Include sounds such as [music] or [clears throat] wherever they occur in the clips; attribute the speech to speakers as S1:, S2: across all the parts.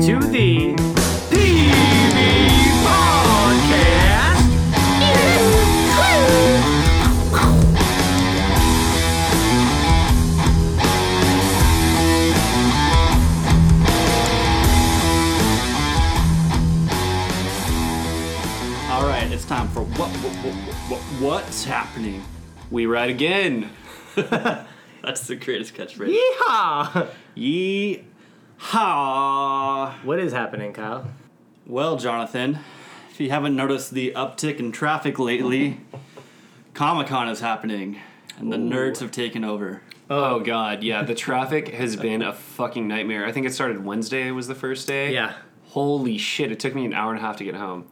S1: to the PB
S2: [laughs]
S1: Podcast. All right, it's time for what, what, what, what what's happening. We ride again.
S3: That's the greatest catchphrase.
S2: Yeehaw! [laughs]
S1: Yee ha.
S2: What is happening, Kyle?
S1: Well, Jonathan, if you haven't noticed the uptick in traffic lately, Comic Con is happening, and the nerds have taken over.
S4: Oh god, yeah, the
S2: [laughs]
S4: traffic has been a fucking nightmare. I think it started Wednesday was the first day.
S2: Yeah.
S4: Holy shit, it took me an hour and a half to get home.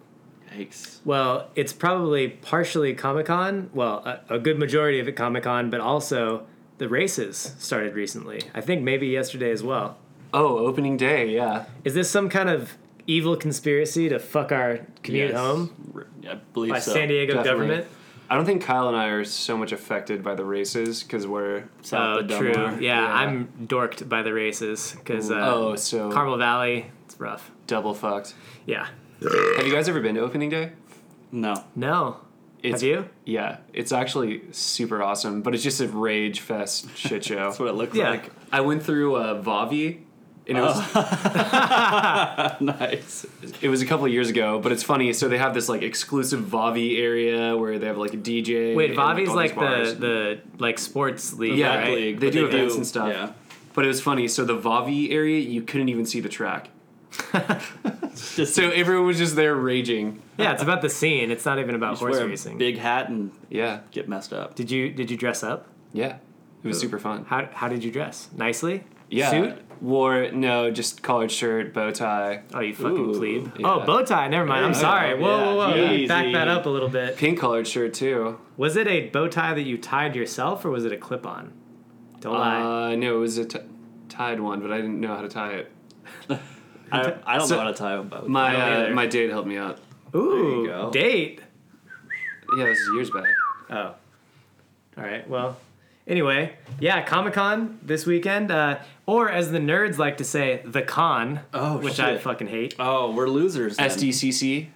S1: Yikes.
S2: Well, it's probably partially Comic Con. Well, a, a good majority of it Comic Con, but also the races started recently. I think maybe yesterday as well.
S4: Oh, opening day, yeah.
S2: Is this some kind of evil conspiracy to fuck our commute
S1: Yes.
S2: home
S1: R- I believe
S2: by
S1: so.
S2: San Diego
S4: definitely.
S2: government?
S4: I don't think Kyle and I are so much affected by the races cuz we're
S2: Oh,
S1: South of
S2: true. Yeah,
S1: Dunbar.
S4: Yeah.
S2: I'm dorked by the races because uh,
S4: Oh, so
S2: Carmel Valley, it's rough.
S4: double fucked.
S2: Yeah.
S4: Have you guys ever been to opening day?
S1: No.
S2: No. Have
S4: It's,
S2: you?
S4: Yeah, it's actually super awesome, but it's just a rage fest
S2: [laughs]
S4: shit show.
S1: That's what it looked
S2: Yeah.
S1: like.
S4: I went through uh, Vavi and it
S2: Oh.
S4: was
S1: [laughs] nice.
S4: It was a couple of years ago, but it's funny. So they have this like exclusive Vavi area where they have like a DJ.
S2: Wait,
S4: and, all
S2: Vavi's
S4: these
S2: like
S4: bars.
S2: the, the like sports league,
S4: Yeah,
S2: right?
S4: league. They
S1: but
S4: do events and stuff.
S1: Yeah.
S4: But it was funny. So the Vavi area, you couldn't even see the track.
S1: Just
S4: So everyone was just there raging.
S2: [laughs] Yeah, it's about the scene. It's not even about
S1: just
S2: horse
S1: wear a
S2: racing.
S1: big hat and
S4: Yeah,
S1: get messed up.
S2: Did you did you dress up?
S4: yeah. It was super fun.
S2: How how did you dress? Nicely?
S4: Yeah.
S2: Suit?
S4: Wore no, just collared shirt, bow tie,
S2: Oh, you fucking
S1: Ooh,
S2: plebe.
S4: yeah.
S2: Oh, bow tie. Never mind. I'm
S1: Yeah,
S2: sorry. Whoa,
S1: yeah,
S2: whoa, whoa. Let me Back
S1: easy.
S2: that up a little bit.
S4: pink collared shirt too.
S2: Was it a bow tie that you tied yourself, or was it a clip on? Don't lie.
S4: Uh, no, it was a t- tied one, but I didn't know how to tie it.
S1: I, I don't
S4: So-
S1: know how to tie a bow.
S2: I don't
S4: My uh,
S2: either.
S4: my date helped me out.
S2: Ooh,
S1: you go.
S2: date.
S4: Yeah, this is years back.
S2: Oh. All right. Well. Anyway, yeah, Comic Con this weekend, uh, or as the nerds like to say, the con,
S1: Oh,
S2: which I
S1: shit.
S2: fucking hate.
S1: oh, we're losers. then.
S4: SDCC.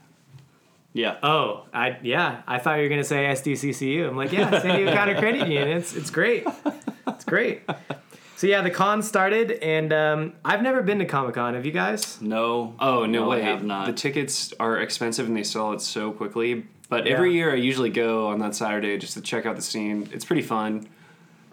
S1: Yeah.
S2: Oh, I yeah, I thought you were gonna say SDCCU. I'm like, yeah, San Diego County Credit
S1: [laughs]
S2: Union. It's it's great, it's great. So yeah, the con started, and um, I've never been to Comic Con. Have you guys?
S1: No.
S4: Oh no,
S1: No, I
S4: way!
S1: have not.
S4: The tickets are expensive and they sell out so quickly. But every year I usually go on that Saturday just to check out the scene. It's pretty fun.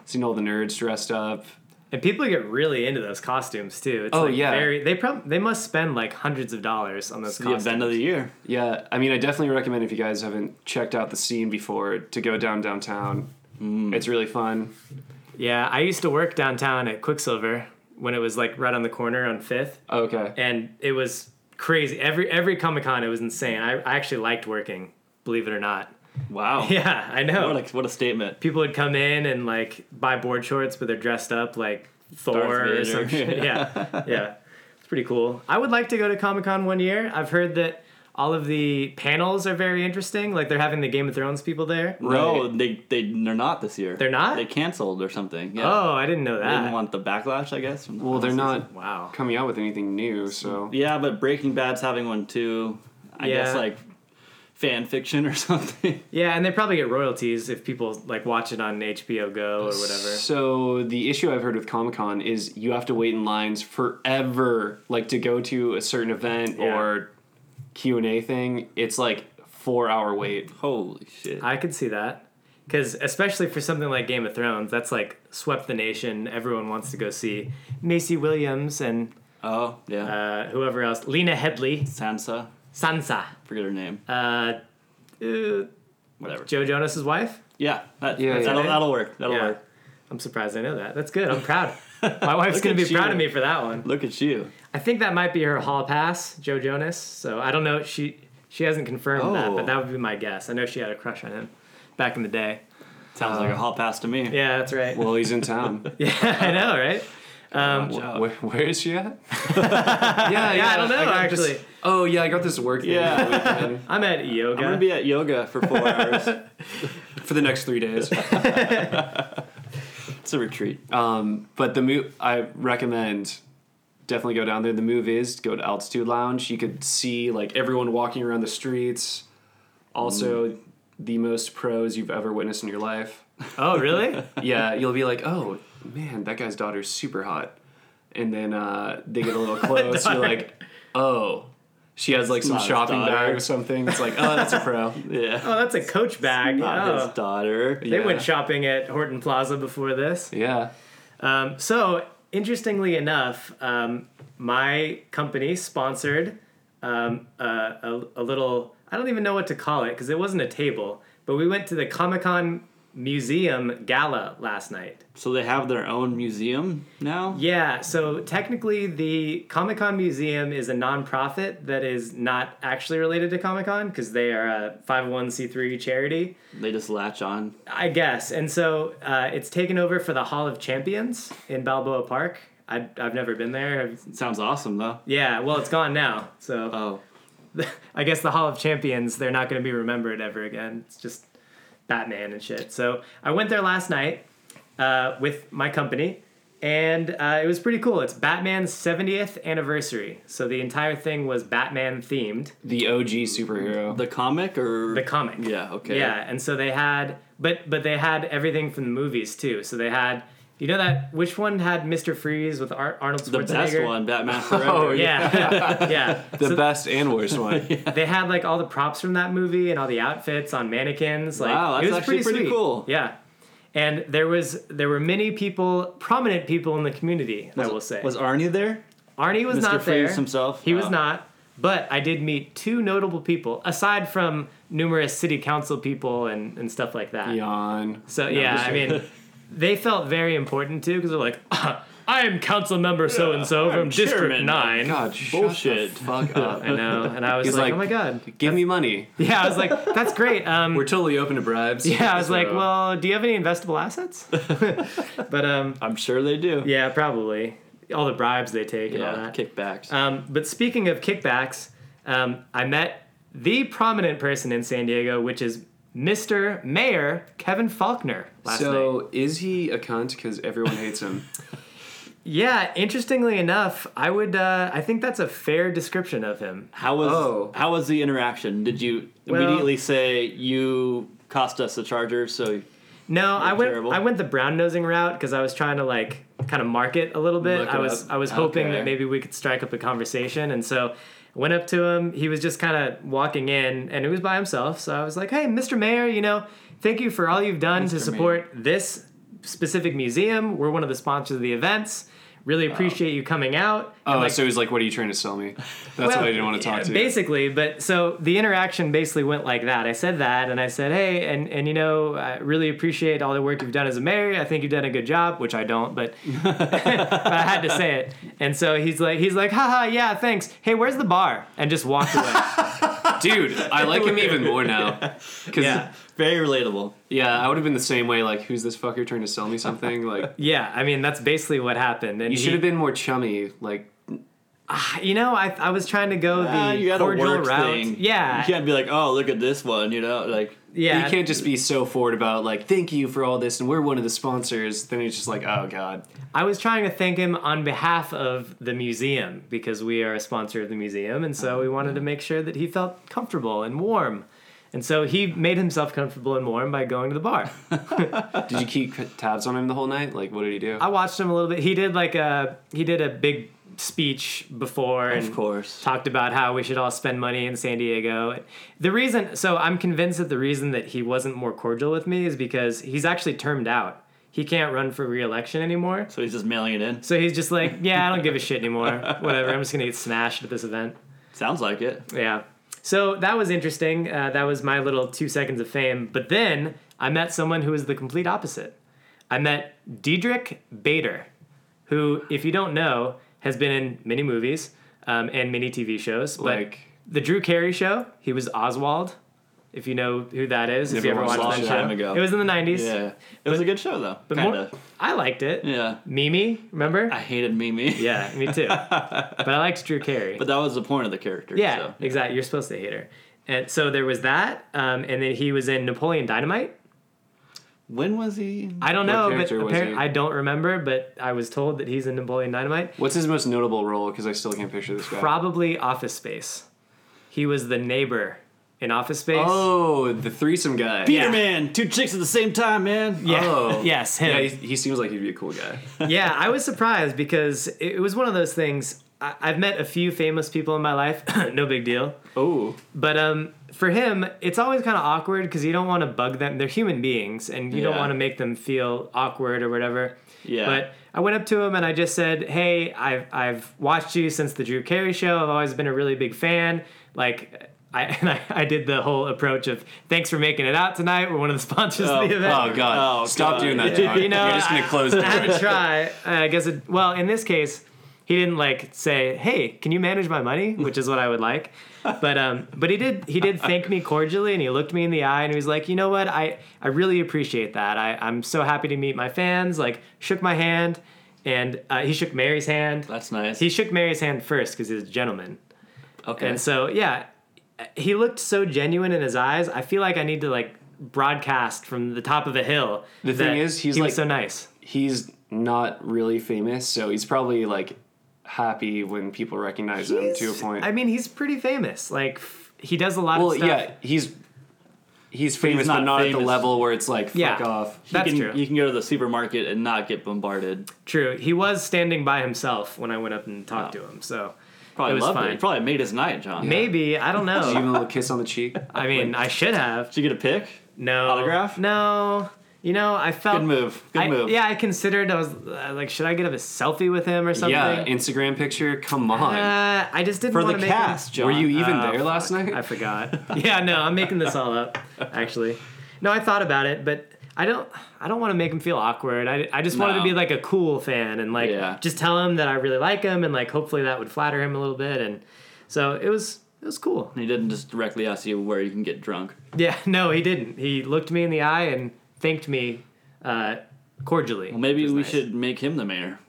S4: Seeing all the nerds dressed up.
S2: And people get really into those costumes too. It's
S4: Oh,
S2: like
S4: yeah.
S2: very, they probably they must spend like hundreds of dollars on those
S1: the
S2: costumes.
S1: event of the year.
S4: Yeah, I mean, I definitely recommend if you guys haven't checked out the scene before to go down downtown.
S1: Mm.
S4: It's really fun.
S2: yeah, I used to work downtown at Quicksilver when it was like right on the corner on Fifth,
S4: Okay.
S2: and it was crazy. Every every Comic Con, it was insane. I, I actually liked working, believe it or not. [laughs]
S1: Wow.
S2: Yeah, I know.
S1: What a, what a statement.
S2: people would come in and like buy board shorts, but they're dressed up like
S1: Darth
S2: Thor or
S1: Vader.
S2: some shit.
S1: [laughs]
S2: Yeah, yeah, it's pretty cool. I would like to go to Comic Con one year. I've heard that all of the panels are very interesting. Like they're having the Game of Thrones people there.
S1: No, they, they, they're not this year.
S2: They're not?
S1: They canceled or something. Yeah.
S2: Oh, I didn't know
S1: They didn't
S2: that.
S1: want the backlash, I guess. from the
S4: Well, they're
S1: past season.
S4: not
S2: Wow.
S4: coming out with anything new, so
S1: Yeah, but Breaking Bad's having one too. I
S2: Yeah.
S1: guess like fan fiction or [laughs] something.
S2: Yeah, and they probably get royalties if people like watch it on HBO Go or whatever.
S4: So the issue I've heard with Comic Con is you have to wait in lines forever, like to go to a certain event
S2: Yeah.
S4: or Q and A thing. It's like four hour wait.
S1: Holy shit.
S2: I could see that. Because especially for something like Game of Thrones, that's like swept the nation. Everyone wants to go see Macy Williams and
S1: oh, yeah.
S2: uh, whoever else, Lena Headley,
S1: Sansa.
S2: Sansa,
S1: Forget her name.
S2: uh, uh,
S1: Whatever.
S2: Joe Jonas's wife.
S1: Yeah. That,
S4: Yeah,
S1: That'll,
S2: yeah.
S1: that'll work. That'll work.
S2: I'm surprised I know that. That's good. I'm proud.
S1: [laughs]
S2: My wife's
S1: Look
S2: gonna be
S1: at you.
S2: proud of me for that one.
S1: Look at you.
S2: I think that might be her hall pass, Joe Jonas. So I don't know. She she hasn't confirmed that,
S1: Oh.
S2: but that would be my guess. I know she had a crush on him back in the day.
S1: Sounds like a hall pass to me.
S2: Uh, Yeah, that's right.
S4: Well, he's in town.
S2: [laughs] yeah, I know, right? Um,
S1: Watch out.
S4: Where, where is she
S2: [laughs]
S4: at? yeah, yeah,
S2: I don't know,
S4: got this-
S2: actually.
S4: oh yeah, I got this work. Thing
S1: Yeah.
S4: over the weekend
S2: I'm at yoga.
S1: I'm gonna be at yoga for
S2: [laughs]
S1: four hours.
S4: for the next three days.
S1: It's a retreat.
S2: Oh,
S4: Um, but the mo- I recommend definitely go down there. The move is to go to Altitude Lounge. You could see like everyone walking around the streets. Also,
S1: Mm.
S4: the most pros you've ever witnessed in your life.
S2: Oh,
S1: [laughs]
S2: really?
S4: Yeah, you'll be like, oh man, that guy's daughter's super hot. And then uh, they get a
S1: [laughs]
S4: little close. you're like, oh, she has like some
S1: not his
S4: shopping bag
S1: daughter.
S4: or something. It's like, oh, that's a
S1: [laughs]
S4: pro.
S1: Yeah.
S2: Oh, that's a coach bag.
S1: Not
S2: Oh.
S1: his daughter.
S2: They
S4: Yeah.
S2: went shopping at Horton Plaza before this.
S4: Yeah.
S2: Um, so, interestingly enough, um, my company sponsored um, a, a, a little, I don't even know what to call it because it wasn't a table, but we went to the Comic Con Museum Gala last night.
S1: So they have their own museum now?
S2: Yeah, so technically, the Comic Con Museum is a nonprofit that is not actually related to Comic Con because they are a 501c3 charity.
S1: They just latch on.
S2: I guess. And so uh, it's taken over for the Hall of Champions in Balboa Park. I, I've never been there.
S1: Sounds awesome though.
S2: Yeah, well, it's gone now. So [laughs]
S1: Oh.
S2: I guess the Hall of Champions, they're not going to be remembered ever again. It's just Batman and shit. So I went there last night uh, with my company, and uh, it was pretty cool. It's Batman's 70th anniversary. So the entire thing was Batman themed,
S4: The OG superhero.
S1: The comic or
S2: the comic.
S1: Yeah, okay.
S2: Yeah, and so they had, but but they had everything from the movies too. So they had, you know that which one had Mr. Freeze with Ar- Arnold
S1: The
S2: Schwarzenegger?
S1: best
S2: [laughs]
S1: one, Batman Forever.
S2: Oh, Yeah, [laughs]
S1: [laughs]
S2: yeah.
S4: The best and worst one.
S2: They had like all the props from that movie and all the outfits on mannequins. Like,
S1: Wow,
S2: it
S1: that's
S2: was pretty,
S1: actually pretty
S2: sweet.
S1: cool.
S2: Yeah, and there was there were many people, prominent people in the community. I will say,
S1: Was Arnie there?
S2: Arnie was
S1: Mr.
S2: not there
S1: Freeze himself?
S2: He was
S1: Oh.
S2: not. But I did meet two notable people, aside from numerous city council people and, and stuff like that.
S4: Yawn.
S2: So yeah, I
S1: [laughs]
S2: mean, they felt very important too because they're like, I am council member so and so from District
S1: chairman.
S2: Nine.
S4: God, shut
S1: Bullshit.
S4: the
S1: [laughs]
S4: fuck up.
S2: I know, and I was
S4: He's
S2: like,
S4: like-
S2: oh my god.
S4: Give me [laughs] money.
S2: Yeah, I was like, that's great. Um,
S4: We're totally open to bribes.
S2: yeah, I was
S4: So-
S2: like, well, do you have any investable assets? but um,
S1: I'm sure they do.
S2: yeah, probably all the bribes they take and all
S1: Yeah,
S2: that.
S1: kickbacks.
S2: Um, but speaking of kickbacks, um, I met the prominent person in San Diego, which is Mr. Mayor Kevin Faulkner last night.
S4: So is he a cunt? Because everyone hates [laughs] him.
S2: Yeah, interestingly enough, I would. Uh, I think that's a fair description of him.
S1: how was
S4: oh.
S1: how was the interaction? Did you
S2: Well-
S1: immediately say you cost us the Chargers? So
S2: No, I went.
S1: terrible.
S2: I went the brown nosing route because I was trying to like kind of market a little bit.
S4: Look
S2: I
S4: it
S2: was.
S4: up.
S2: I was hoping
S1: Okay.
S2: that maybe we could strike up a conversation, and so I went up to him. He was just kind of walking in, and he was by himself. So I was like, "Hey, Mr. Mayor, you know, thank you for all you've done to support this specific museum. We're one of the sponsors of the events. Really appreciate you coming out." And,
S4: Oh,
S2: like,
S4: so he's like, what are you trying to sell me? That's what I didn't want to talk to. you.
S2: Basically, but so the interaction basically went like that. I said that, and I said, "Hey, and and you know, I really appreciate all the work you've done as a mayor. I think you've done a good job, which I don't, but, [laughs] but I had to say it." And so he's like, he's like, "Haha, yeah, thanks. Hey, where's the bar?" And just walked
S4: [laughs]
S2: away.
S4: Dude, I like him even more now. 'Cause-
S2: yeah,
S4: [laughs] yeah.
S1: very relatable.
S4: I would have been the same way. Like, who's this fucker trying to sell me something? [laughs] Like,
S2: yeah. I mean, that's basically what happened. And
S4: you should have been more chummy. Like,
S2: been. You know, I I was trying Uh, to go the
S1: Ah, you got to
S2: cordial
S1: work
S2: route.
S1: thing.
S2: Yeah,
S1: you can't be like, oh, look at this one. You know, like
S2: yeah.
S4: you can't just be so forward about like, thank you for all this, and we're one of the sponsors. Then it's just like, oh god,
S2: I was trying to thank him on behalf of the museum because we are a sponsor of the museum, and so we wanted to make sure that he felt comfortable and warm. And so he made himself comfortable and warm by going to the bar.
S4: did you keep tabs on him the whole night? Like, what did he do?
S2: I watched him a little bit. He did like a he did a big speech before
S1: of
S2: and
S1: course.
S2: talked about how we should all spend money in San Diego. The reason so I'm convinced that the reason that he wasn't more cordial with me is because he's actually termed out. He can't run for re-election anymore.
S1: So he's just mailing it in.
S2: So he's just like, yeah, I don't give a shit anymore. Whatever. I'm just gonna get smashed at this event.
S1: Sounds like it.
S2: Yeah. So that was interesting. Uh, that was my little two seconds of fame. But then I met someone who was the complete opposite. I met Diedrich Bader, who, if you don't know, has been in many movies um, and many TV shows. But
S4: Like-
S2: the Drew Carey show, he was Oswald. If you know who that is, if you ever
S4: Never watched
S2: watched
S1: it.
S2: that
S1: Long
S2: show,
S1: time ago.
S2: it was in the '90s.
S1: Yeah, it was a good show though.
S2: But
S1: Kinda.
S2: more, I liked it.
S1: yeah,
S2: Mimi, remember?
S1: I hated Mimi.
S3: [laughs]
S2: yeah, me too. but I liked Drew Carey.
S1: But that was the point of the character.
S2: Yeah,
S1: so.
S2: exactly. You're supposed to hate her. And so there was that, um, and then he was in Napoleon Dynamite.
S1: When was he?
S2: I don't
S4: What
S2: know, but
S4: character was
S2: appar-
S4: he?
S2: I don't remember. But I was told that he's in Napoleon Dynamite.
S4: What's his most notable role? Because I still can't picture this guy.
S2: Probably Office Space. He was the neighbor in Office Space.
S4: oh, the threesome guy.
S2: Yeah.
S1: Peter Man, two chicks at the same time, man.
S2: [laughs] yeah.
S4: Oh.
S2: [laughs] yes, him.
S4: Yeah, [laughs] he, he seems like he'd be a cool guy.
S2: yeah, I was surprised because it, it was one of those things. I, I've met a few famous people in my life, [clears throat] no big deal.
S4: Oh,
S2: But um, for him, it's always kind of awkward because you don't want to bug them. They're human beings, and you don't
S3: Yeah.
S2: want to make them feel awkward or whatever.
S3: Yeah.
S2: But I went up to him and I just said, "Hey, I've I've watched you since the Drew Carey show. I've always been a really big fan. Like." I, [laughs] and I, I did the whole approach of thanks for making it out tonight. We're one of the sponsors of the event.
S4: oh God!
S1: Oh,
S4: Stop
S1: God.
S4: doing that.
S2: Yeah.
S4: John.
S2: You know,
S4: You're just gonna
S2: I-
S4: close
S2: I had
S4: doors.
S2: to [laughs] try. I guess. It, well, in this case, he didn't like say, "Hey, can you manage my money?" Which is what I would like. But um, but he did. He did thank me cordially, and he looked me in the eye, and he was like, "You know what? I I really appreciate that. I I'm so happy to meet my fans." Like, shook my hand, and uh, he shook Mary's hand.
S3: That's nice.
S2: He shook Mary's hand first because he's a gentleman.
S3: okay.
S2: And so, yeah, he looked so genuine in his eyes. I feel like I need to like broadcast from the top of a hill.
S4: The
S2: that
S4: thing is, he's
S2: he
S4: like-
S2: was so nice.
S4: He's not really famous, so he's probably like happy when people recognize him to a
S2: He's-
S4: point.
S2: I mean, he's pretty famous. Like f- he does a lot
S4: well,
S2: of stuff.
S4: yeah, he's he's famous, but
S1: not
S4: not at the
S1: famous.
S4: level where it's like fuck
S2: Yeah.
S4: off.
S3: you
S2: that's
S3: can,
S2: true.
S3: You can go to the supermarket and not get bombarded.
S2: True. He was standing by himself when I went up and talked to him. So
S3: Probably
S2: It was
S3: loved
S2: fine.
S3: it. it. Probably made his night, John.
S2: maybe I don't
S4: Did [laughs] you give
S2: know.
S4: him a little kiss on the [laughs] cheek?
S2: I mean, I should have.
S3: Did you get a pick?
S2: No
S3: Autograph?
S2: No. You know, I felt
S3: Good move. Good
S2: I-
S3: move.
S2: Yeah, I considered. I was uh, like, should I get a selfie with him or something?
S4: Yeah, Instagram picture. Come on.
S2: Uh, I just didn't
S1: For
S2: want to
S1: the
S2: make
S1: cast, John.
S4: Were you even
S2: Oh,
S4: there last
S2: fuck.
S4: night?
S2: I forgot. [laughs] yeah, no, I'm making this all up. Actually, no, I thought about it, but I don't. I don't want to make him feel awkward. I, I just wanted to
S3: No.
S2: be like a cool fan and like
S3: Yeah.
S2: just tell him that I really like him and like hopefully that would flatter him a little bit and so it was it was cool.
S3: He didn't just directly ask you where you can get drunk.
S2: Yeah, [laughs] no, he didn't. He looked me in the eye and thanked me uh, cordially.
S3: Well, maybe
S2: which was
S3: we
S2: nice.
S3: should make him the mayor.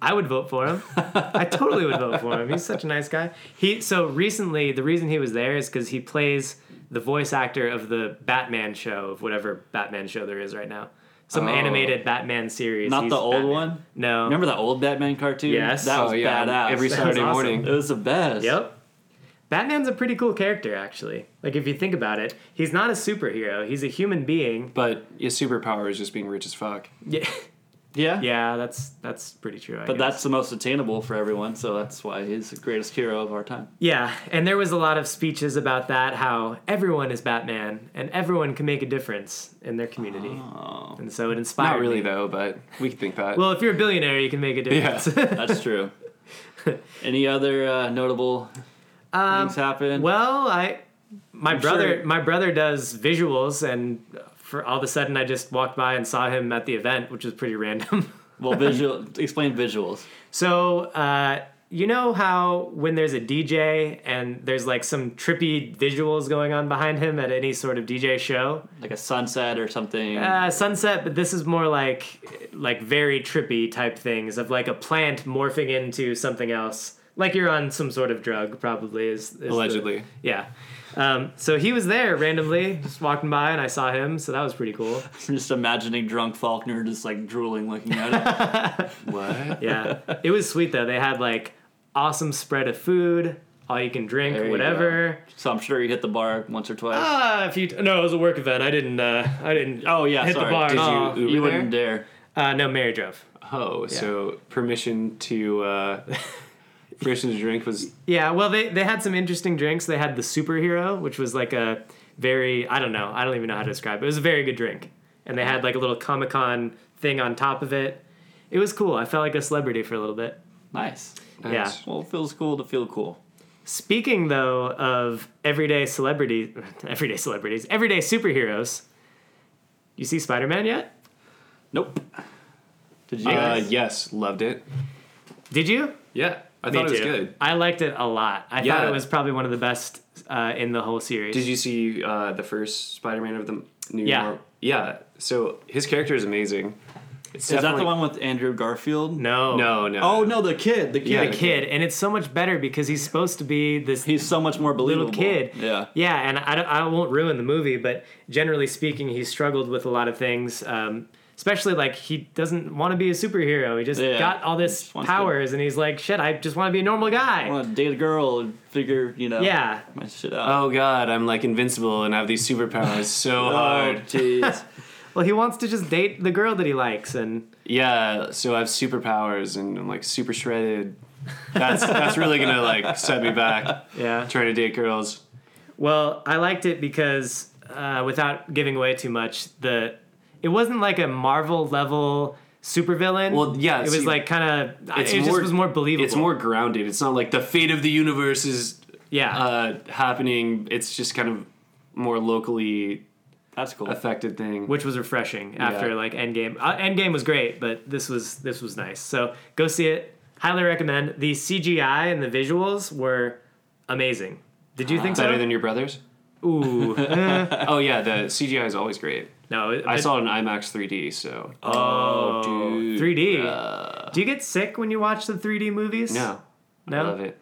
S2: I would vote for him. I totally would vote for him. He's such a nice guy. He so recently the reason he was there is because he plays the voice actor of the Batman show of whatever Batman show there is right now. Some
S4: Oh.
S2: animated Batman series.
S3: Not
S2: He's
S3: the old
S2: Batman.
S3: one?
S2: No.
S3: Remember that old Batman cartoon?
S2: Yes.
S3: That was
S4: Oh, yeah,
S3: badass.
S4: every
S2: That was
S4: Saturday
S2: awesome.
S4: morning.
S3: It was the best.
S2: Yep. Batman's a pretty cool character actually. Like if you think about it, he's not a superhero. He's a human being.
S4: But your superpower is just being rich as fuck.
S2: Yeah.
S3: Yeah.
S2: Yeah, that's that's pretty true. I
S3: But
S2: guess.
S3: that's the most attainable for everyone, so that's why he's the greatest hero of our time.
S2: Yeah, and there was a lot of speeches about that how everyone is Batman and everyone can make a difference in their community. And so it inspired
S4: Oh. Not really
S2: me.
S4: though, but we could think that.
S2: Well, if you're a billionaire, you can make a difference. [laughs]
S3: That's true. Any other uh, notable things happen?
S2: Um, well, I my brother
S3: sure-
S2: my brother does visuals and for all of a sudden I just walked by and saw him at the event, which was pretty random. [laughs]
S3: well, visual. explain visuals.
S2: So, uh, you know how when there's a DJ and there's like some trippy visuals going on behind him at any sort of DJ show?
S3: Like a sunset or something.
S2: Uh, sunset, but this is more like like very trippy type things of like a plant morphing into something else. Like you're on some sort of drug, probably is, is the-
S4: Allegedly.
S2: yeah. Um, so he was there randomly, just walking by, and I saw him. So that was pretty cool.
S3: I'm just imagining drunk Faulkner just like drooling looking
S2: [laughs]
S3: at it.
S4: what?
S3: [laughs]
S2: Yeah, it was sweet though. They had like awesome spread of food, all you can drink,
S3: There you
S2: whatever.
S3: so I'm sure he hit the bar once or twice.
S2: Ah, if you no, it was a work event. I didn't. Uh, I didn't.
S3: oh, yeah,
S2: hit the
S3: sorry.
S2: bar Oh,
S3: Did
S2: at
S3: you-
S2: all.
S4: Uber
S3: you, wouldn't dare.
S2: Uh, no, Mary drove.
S4: Oh, so permission to uh, permission to drink was
S2: Yeah, well, they, they had some interesting drinks. They had the superhero, which was like a very, I don't know, I don't even know how to describe it. It was a very good drink. And they had like a little Comic Con thing on top of it. It was cool. I felt like a celebrity for a little bit.
S3: Nice.
S4: nice.
S3: Well, it feels cool to feel cool.
S2: Speaking though of everyday celebrity, [laughs] everyday celebrities, everyday superheroes, you see Spider Man yet?
S3: Nope. Did you
S4: Uh,
S3: guys?
S4: yes, loved it.
S2: Did you?
S4: Yeah, I
S2: Me
S4: thought it was
S2: too.
S4: good.
S2: I liked it a lot. I thought
S4: Yeah.
S2: it was probably one of the best uh, in the whole series.
S4: Did you see uh, the first Spider-Man of the new?
S2: Yeah.
S4: Mar- yeah. So his character is amazing. It's
S1: Is that
S4: definitely-
S1: the one with Andrew Garfield?
S2: No.
S4: No, no.
S1: Oh no, the kid. The kid.
S4: Yeah,
S2: The kid, and it's so much better because he's supposed to be this
S1: He's so much more believable.
S2: little kid.
S1: Yeah.
S2: Yeah, and I, don't- I won't ruin the movie, but generally speaking, he struggled with a lot of things. Um, especially like he doesn't want to be a superhero. He just
S1: Yeah.
S2: got all
S1: He
S2: this
S1: just wants to-
S2: powers, and he's like, shit, I just want to be a normal guy.
S1: I want to date a girl and figure, you know,
S2: yeah.
S1: my shit out.
S4: Oh god, I'm like invincible and have these superpowers so hard.
S1: Oh, jeez.
S2: Well, he wants to just date the girl that he likes, and
S4: Yeah, so I have superpowers and I'm like super shredded. That's that's really gonna like set me back.
S2: yeah.
S4: Trying to date girls.
S2: Well, I liked it because uh, without giving away too much, the it wasn't like a Marvel level supervillain.
S4: Well, yeah,
S2: it
S4: see,
S2: was like kind of it
S4: it's
S2: just
S4: more-
S2: was more believable.
S4: It's more grounded. It's not like the fate of the universe is
S2: yeah,
S4: uh, happening. It's just kind of more locally
S1: That's cool.
S4: affected thing.
S2: which was refreshing after
S4: Yeah.
S2: like Endgame. Uh, Endgame was great, but this was this was nice. So go see it. Highly recommend. The CGI and the visuals were amazing. Did you think so?
S4: better than your brothers? [laughs]
S2: Ooh,
S4: Oh yeah, the CGI is always great.
S2: no, it-
S4: I saw it in IMAX 3D, so
S1: oh, dude.
S2: 3D. Do you get sick when you watch the 3D movies?
S4: Uh, no,
S2: no,
S4: I love it.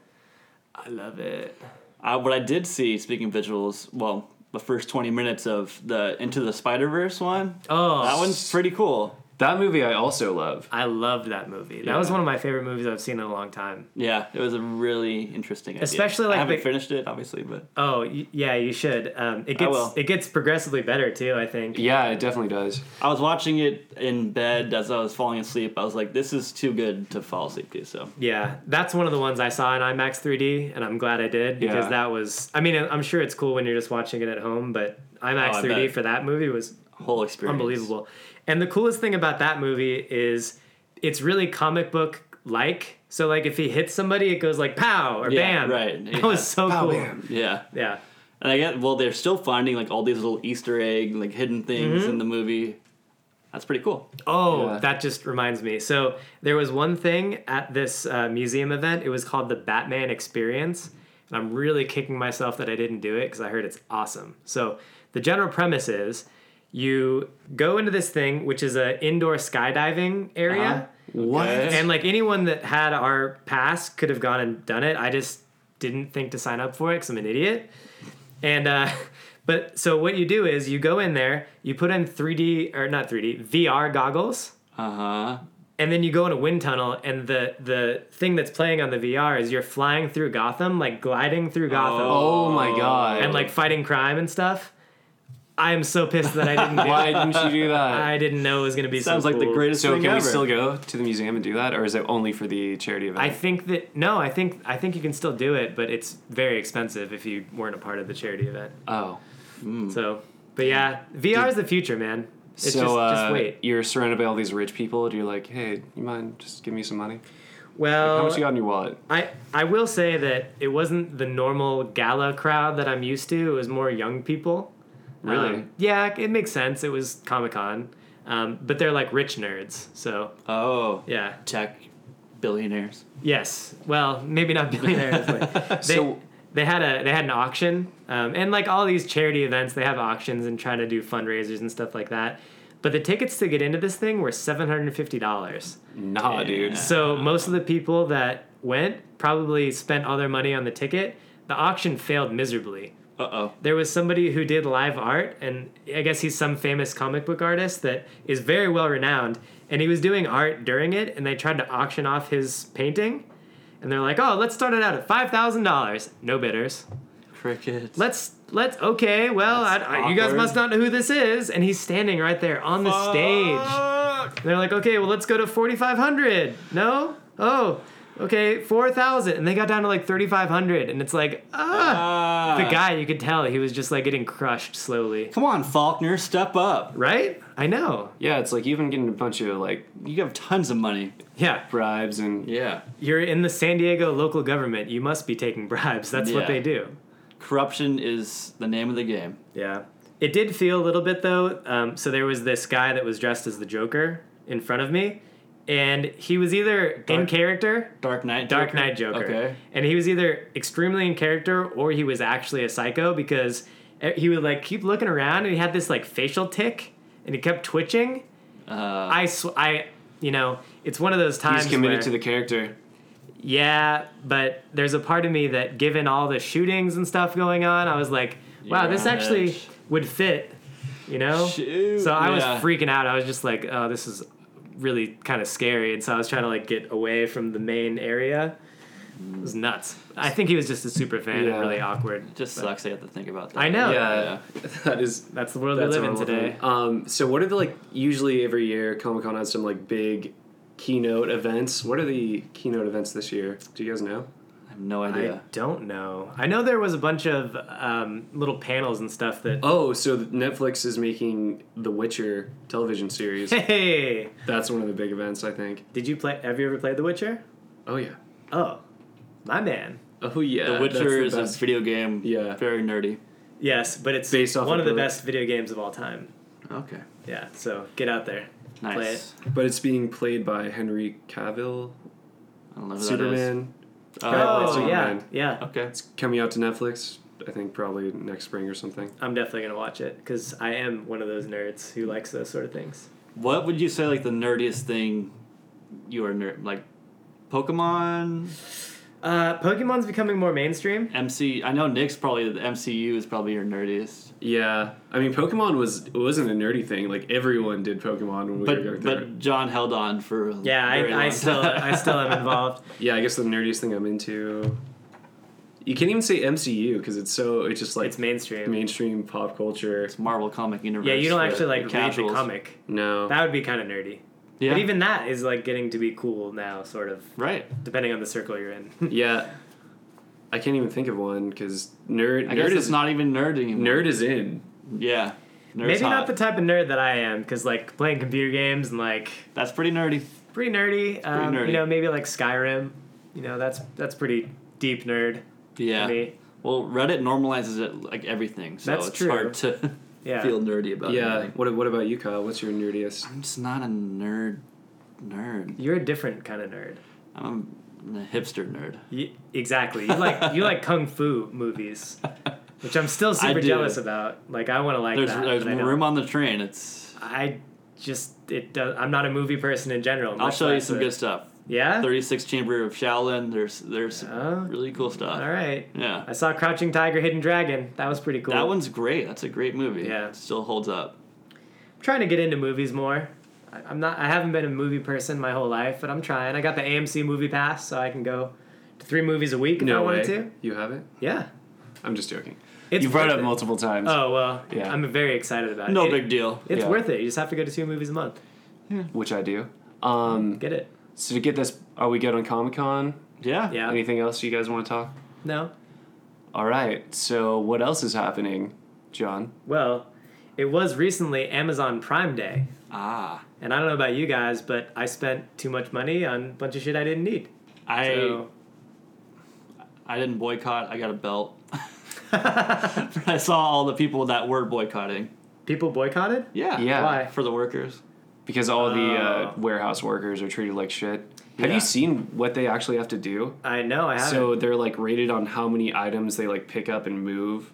S2: I love it.
S1: Uh, what I did see, speaking of visuals, well, the first 20 minutes of the Into the Spider Verse one,
S2: Oh,
S1: that one's pretty cool.
S4: That movie I also love.
S2: I loved that movie. That
S1: Yeah.
S2: was one of my favorite movies I've seen in a long time.
S1: Yeah, it was a really interesting idea.
S2: Especially,
S1: I
S2: like,
S1: haven't
S2: the-
S1: finished it, obviously, but
S2: Oh, y- yeah, you should. Um, it
S1: I
S2: gets
S1: will.
S2: it gets progressively better too. I think.
S4: Yeah, it definitely does.
S1: I was watching it in bed as I was falling asleep. I was like, this is too good to fall asleep to, so.
S2: Yeah, that's one of the ones I saw in IMAX 3D, and I'm glad I did because
S4: Yeah.
S2: that was. I mean, I'm sure it's cool when you're just watching it at home, but IMAX
S1: Oh, I
S2: 3D
S1: bet.
S2: for that movie was
S1: Whole experience.
S2: unbelievable. And the coolest thing about that movie is it's really comic book like. So like if he hits somebody, it goes like pow or
S1: Yeah,
S2: bam. [laughs]
S1: right,
S2: That
S1: yeah.
S2: was so cool.
S1: Yeah.
S2: Yeah.
S1: And I get, well, they're still finding like all these little Easter egg, like hidden things
S2: Mm-hmm.
S1: in the movie. That's pretty cool.
S2: Oh,
S4: Yeah.
S2: that just reminds me. So there was one thing at this uh, museum event. It was called the Batman Experience, and I'm really kicking myself that I didn't do it because I heard it's awesome. So the general premise is you go into this thing, which is an indoor skydiving area.
S4: Uh-huh. What?
S1: Okay.
S2: And like anyone that had our pass could have gone and done it. I just didn't think to sign up for it because I'm an idiot. And uh, [laughs] but so what you do is you go in there, you put in 3D or not 3D VR goggles,
S1: Uh huh.
S2: and then you go in a wind tunnel, and the the thing that's playing on the VR is you're flying through Gotham, like gliding through Gotham,
S4: Oh my god.
S2: and like fighting crime and stuff. I am so pissed that I
S4: [laughs]
S2: didn't. do
S4: why
S2: it.
S4: didn't
S2: [laughs]
S4: you do that?
S2: I didn't know it was gonna be
S1: Sounds
S2: so
S1: like the
S2: cool.
S1: greatest
S4: so
S1: thing
S4: can we
S1: ever.
S4: still go to the museum and do that, or is it only for the charity event?
S2: I think that no, I think I think you can still do it, but it's very expensive if you weren't a part of the charity event.
S4: oh,
S2: So, but yeah, VR is the future, man. It's
S4: so
S2: just,
S4: uh,
S2: just wait.
S4: you're surrounded by all these rich people. and you're like, hey, you mind just give me some money?
S2: Well,
S4: How much you got in your wallet?
S2: I I will say that it wasn't the normal gala crowd that I'm used to. It was more young people.
S4: Really?
S2: Um, yeah, it makes sense. It was Comic Con, um, but they're like rich nerds. So
S1: Oh.
S2: yeah,
S1: Tech billionaires.
S2: yes. Well, maybe not [laughs] billionaires. but they,
S4: So-
S2: they had a they had an auction, um, and like all these charity events, they have auctions and try to do fundraisers and stuff like that. But the tickets to get into this thing were seven hundred and fifty dollars.
S4: Nah, dude.
S2: So most of the people that went probably spent all their money on the ticket. The auction failed miserably.
S1: Uh oh.
S2: There was somebody who did live art, and I guess he's some famous comic book artist that is very well renowned. And he was doing art during it, and they tried to auction off his painting. And they're like, "Oh, let's start it out at five thousand dollars. No bidders.
S1: Crickets.
S2: Let's let's okay. Well, I, I- you guys
S1: awkward.
S2: must not know who this is." And he's standing right there on the stage.
S1: Fuck.
S2: They're like, okay, well, let's go to 4,500. No? Oh, okay, 4,000. And they got down to like 3,500. And it's like, ah.
S1: Ah.
S2: the guy, you could tell he was just like getting crushed slowly.
S1: Come on, Faulkner, step up.
S2: Right? I know.
S4: Yeah, it's like you've been getting a bunch of like
S1: You have tons of money.
S2: Yeah.
S4: bribes and
S1: Yeah.
S2: You're in the San Diego local government. You must be taking bribes. That's what
S1: Yeah.
S2: they do.
S1: Corruption is the name of the game.
S2: Yeah. It did feel a little bit though. Um, so there was this guy that was dressed as the Joker in front of me. And he was either in
S1: Dark-
S2: character
S1: Dark Knight.
S2: Dark Knight Joker.
S1: Okay.
S2: And he was either extremely in character or he was actually a psycho e, because eh, he would like keep looking around and he had this like facial tick and he kept twitching I, sw- I, you know, it's one of those times.
S4: Uh-huh. He's committed
S2: where-
S4: to the character.
S2: Yeah, but there's a part of me that, given all the shootings and stuff going on, I was like, wow,
S1: You're
S2: this
S1: on
S2: actually
S1: edge.
S2: would fit, you know?
S1: Shoot,
S2: Oh, So I was
S1: yeah.
S2: freaking out. I was just like, oh, this is really kind of scary. And so I was trying to like get away from the main area. It was nuts. I think he was just a super fan
S4: Yeah.
S2: and really awkward.
S1: Just sucks they have to think about that.
S2: I know.
S4: Yeah, [laughs] that is
S2: That's the world
S4: that's
S2: Oh. we live in
S4: horrible
S2: today.
S4: thing. Um, so what are the like usually every year Comic Con has some like big keynote events. What are the keynote events this year? Do you guys know?
S1: I have no
S2: I
S1: idea.
S2: don't know. I know there was a bunch of um, little panels and stuff that. [laughs]
S4: Oh, so Netflix is making The Witcher
S2: [laughs]
S4: television series.
S2: Hey,
S4: That's one of the big events, I think.
S2: did you play? Have you ever played The Witcher?
S4: Oh yeah.
S2: Oh, my man.
S4: Oh yeah.
S1: the
S4: that's
S1: Witcher is a
S4: best.
S1: video game.
S4: Yeah.
S1: Very nerdy.
S2: Yes, but it's
S4: Based off
S2: one
S4: a
S2: of the
S4: book.
S2: best video games of all time.
S1: Okay.
S2: Yeah, so get out there,
S1: Nice.
S2: play it.
S4: but it's being played by Henry Cavill,
S1: I don't know who that is.
S4: Superman.
S1: Oh,
S4: Cavill,
S2: Oh
S4: Superman.
S2: yeah, yeah.
S1: Okay.
S4: It's coming out to Netflix. I think probably next spring or something.
S2: I'm definitely gonna watch it because I am one of those nerds who likes those sort of things.
S1: What would you say like the nerdiest thing you are nerd like Pokemon,
S2: Uh, Pokemon's becoming more mainstream.
S1: MC I know Nick's probably the MCU is probably your nerdiest.
S4: Yeah, I mean, Pokemon was wasn't a nerdy thing. Like everyone did Pokemon when we were
S1: But
S4: going through. it.
S1: but John held on for a
S2: Yeah,
S1: very
S2: I, I
S1: long
S2: still
S1: time.
S2: I still
S1: [laughs]
S2: am involved.
S4: Yeah, I guess the nerdiest thing I'm into. You can't even say MCU because it's so it's just like
S2: It's mainstream.
S4: mainstream pop culture.
S1: It's Marvel comic universe.
S2: yeah, you don't
S1: for
S2: actually like
S1: the
S2: read
S1: casuals.
S2: the comic.
S4: No,
S2: That would be kind of nerdy.
S1: Yeah.
S2: But even that is like getting to be cool now, sort of,
S1: right.
S2: depending on the circle you're
S1: [laughs]
S2: in.
S4: yeah, I can't even think of one because nerd
S1: I
S4: nerd
S1: guess
S4: is
S1: it's not even nerd anymore.
S4: nerd is in.
S1: Yeah. Nerd's
S2: Maybe
S1: hot.
S2: not the type of nerd that I am, because like playing computer games and like
S1: That's pretty nerdy.
S2: pretty nerdy. Um,
S1: nerdy.
S2: You know, maybe like Skyrim. You know, that's that's pretty deep nerd
S1: Yeah.
S2: for me.
S1: Well, Reddit normalizes it like everything, so
S2: That's
S1: it's
S2: true.
S1: hard to
S2: Yeah.
S1: [laughs] feel nerdy about
S4: Yeah.
S1: anything.
S4: What What about you, Kyle? What's your nerdiest?
S1: I'm just not a nerd nerd.
S2: You're a different kind of nerd.
S1: I'm a hipster nerd.
S2: Y exactly. You like you like kung fu movies, which I'm
S1: [laughs]
S2: still super
S1: do.
S2: jealous about. Like I want to like
S1: There's
S2: that.
S1: there's
S2: but I don't.
S1: room on the train. It's
S2: I just it. Does, I'm not a movie person in general.
S1: I'll
S2: much
S1: show you
S2: less
S1: some
S2: a-
S1: good stuff.
S2: Yeah.
S1: 36 Chamber of Shaolin. There's there's some
S2: Oh.
S1: really cool stuff.
S2: All right.
S1: Yeah.
S2: I saw Crouching Tiger, Hidden Dragon. That was pretty cool.
S1: That one's great. That's a great movie.
S2: Yeah.
S1: It still holds up.
S2: I'm trying to get into movies more. I- I'm not. I haven't been a movie person my whole life, but I'm trying. I got the AMC movie pass, so I can go to three movies a week if I
S4: No
S2: wanted
S4: way.
S2: to.
S4: You have it?
S2: Yeah.
S4: I'm just joking.
S2: It's
S4: you brought it
S2: worth
S4: up multiple times.
S2: Oh well.
S4: Yeah.
S2: I'm very excited about it.
S1: No
S2: It-
S1: big deal.
S2: It's
S4: Yeah.
S2: worth it. You just have to go to two movies a month.
S4: which I do. Um,
S2: Get it?
S4: so to get this, are we good on Comic Con?
S1: Yeah.
S2: Yeah.
S4: Anything else you guys want to talk?
S2: No.
S4: All right. So what else is happening, John?
S2: Well, it was recently Amazon Prime Day,
S1: Ah.
S2: and I don't know about you guys, but I spent too much money on a bunch of shit I didn't need.
S1: I
S2: So,
S1: I didn't boycott. I got a belt. [laughs] But I saw all the people that were boycotting.
S2: [laughs] people boycotted.
S1: Yeah.
S4: Yeah.
S2: Why?
S1: For the workers.
S4: because all the uh,
S2: Oh.
S4: warehouse workers are treated like shit. Have
S2: Yeah.
S4: you seen what they actually have to do?
S2: I know. I haven't.
S4: So they're like rated on how many items they like pick up and move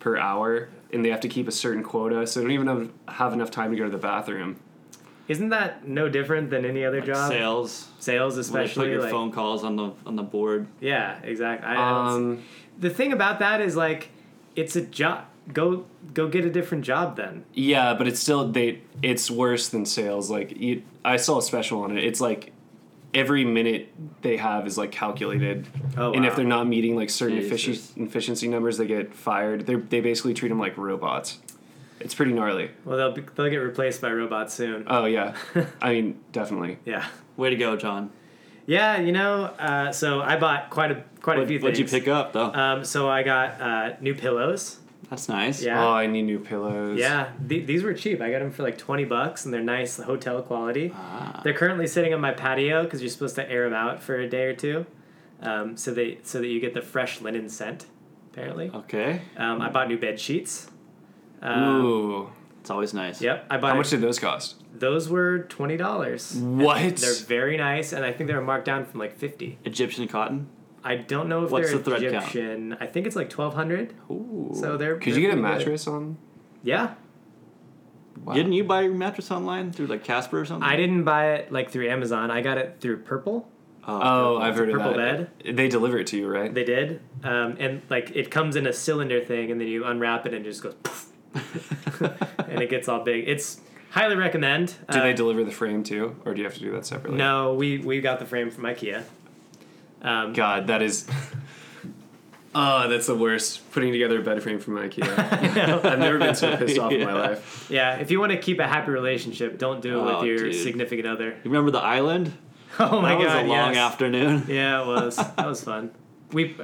S4: per hour, and they have to keep a certain quota. So they don't even have, have enough time to go to the bathroom.
S2: Isn't that no different than any other
S1: Like
S2: job?
S1: sales.
S2: Sales,
S1: When they put
S2: especially.
S1: your
S2: like,
S1: phone calls on the on the board.
S2: Yeah, exactly. I, I don't
S4: Um,
S2: the thing about that is like it's a job go go get a different job then
S4: yeah, but it's still they. It's worse than sales. Like you, I saw a special on it. It's like every minute they have is like calculated.
S2: Oh,
S4: And
S2: wow.
S4: if they're not meeting like certain
S1: Jesus.
S4: effici- efficiency numbers, they get fired. They they basically treat them like robots. It's pretty gnarly.
S2: well they'll be, they'll get replaced by robots soon
S4: Oh
S2: [laughs]
S4: yeah, I mean definitely.
S2: yeah
S1: Way to go, John.
S2: yeah you know uh, so i bought quite a quite a
S1: What,
S2: few
S1: what'd
S2: things
S1: you pick up though?
S2: um, so i got uh, new pillows
S1: That's nice.
S2: yeah
S4: Oh, I need new pillows.
S2: yeah Th- these were cheap i got them for like 20 bucks and they're nice hotel quality
S1: Ah.
S2: they're currently sitting on my patio because you're supposed to air them out for a day or two um, so they so that you get the fresh linen scent apparently
S1: Okay.
S2: um, i bought new bed sheets um,
S4: Ooh.
S1: It's always nice.
S2: Yep, I bought
S4: How much did those cost?
S2: Those were twenty dollars.
S4: What?
S2: They're very nice, and I think they were marked down from like fifty.
S1: Egyptian cotton.
S2: I don't know if
S1: What's
S2: they're
S1: the thread count?
S2: Egyptian. I think it's like twelve hundred.
S1: Ooh.
S2: So they're.
S4: Could
S2: they're
S4: you get
S2: pretty
S4: a
S2: good.
S4: mattress on?
S2: Yeah,
S1: Didn't you buy your mattress online through like Casper or something?
S2: I didn't buy it like through Amazon. I got it through Purple.
S4: Oh, I've heard of
S2: Purple
S4: that. They deliver it to you, right?
S2: They did, um, and like it comes in a cylinder thing, and then you unwrap it and it just goes, poof.
S1: [laughs]
S2: and it gets all big. It's highly recommend.
S4: do
S2: Uh,
S4: they deliver the frame too, or do you have to do that separately?
S2: no, we we got the frame from IKEA. Um,
S4: God, that is.
S2: [laughs]
S4: Oh, that's the worst. Putting together a bed frame from IKEA. I've never been so pissed off in my life.
S2: [laughs] yeah, if you want to keep a happy relationship, don't do it
S1: Oh,
S2: with your
S1: dude.
S2: significant other. [laughs]
S1: You remember the island?
S2: Oh my
S1: that was
S2: god,
S1: a long
S2: yes.
S1: afternoon.
S2: Yeah, it
S1: [laughs]
S2: was. that was fun. We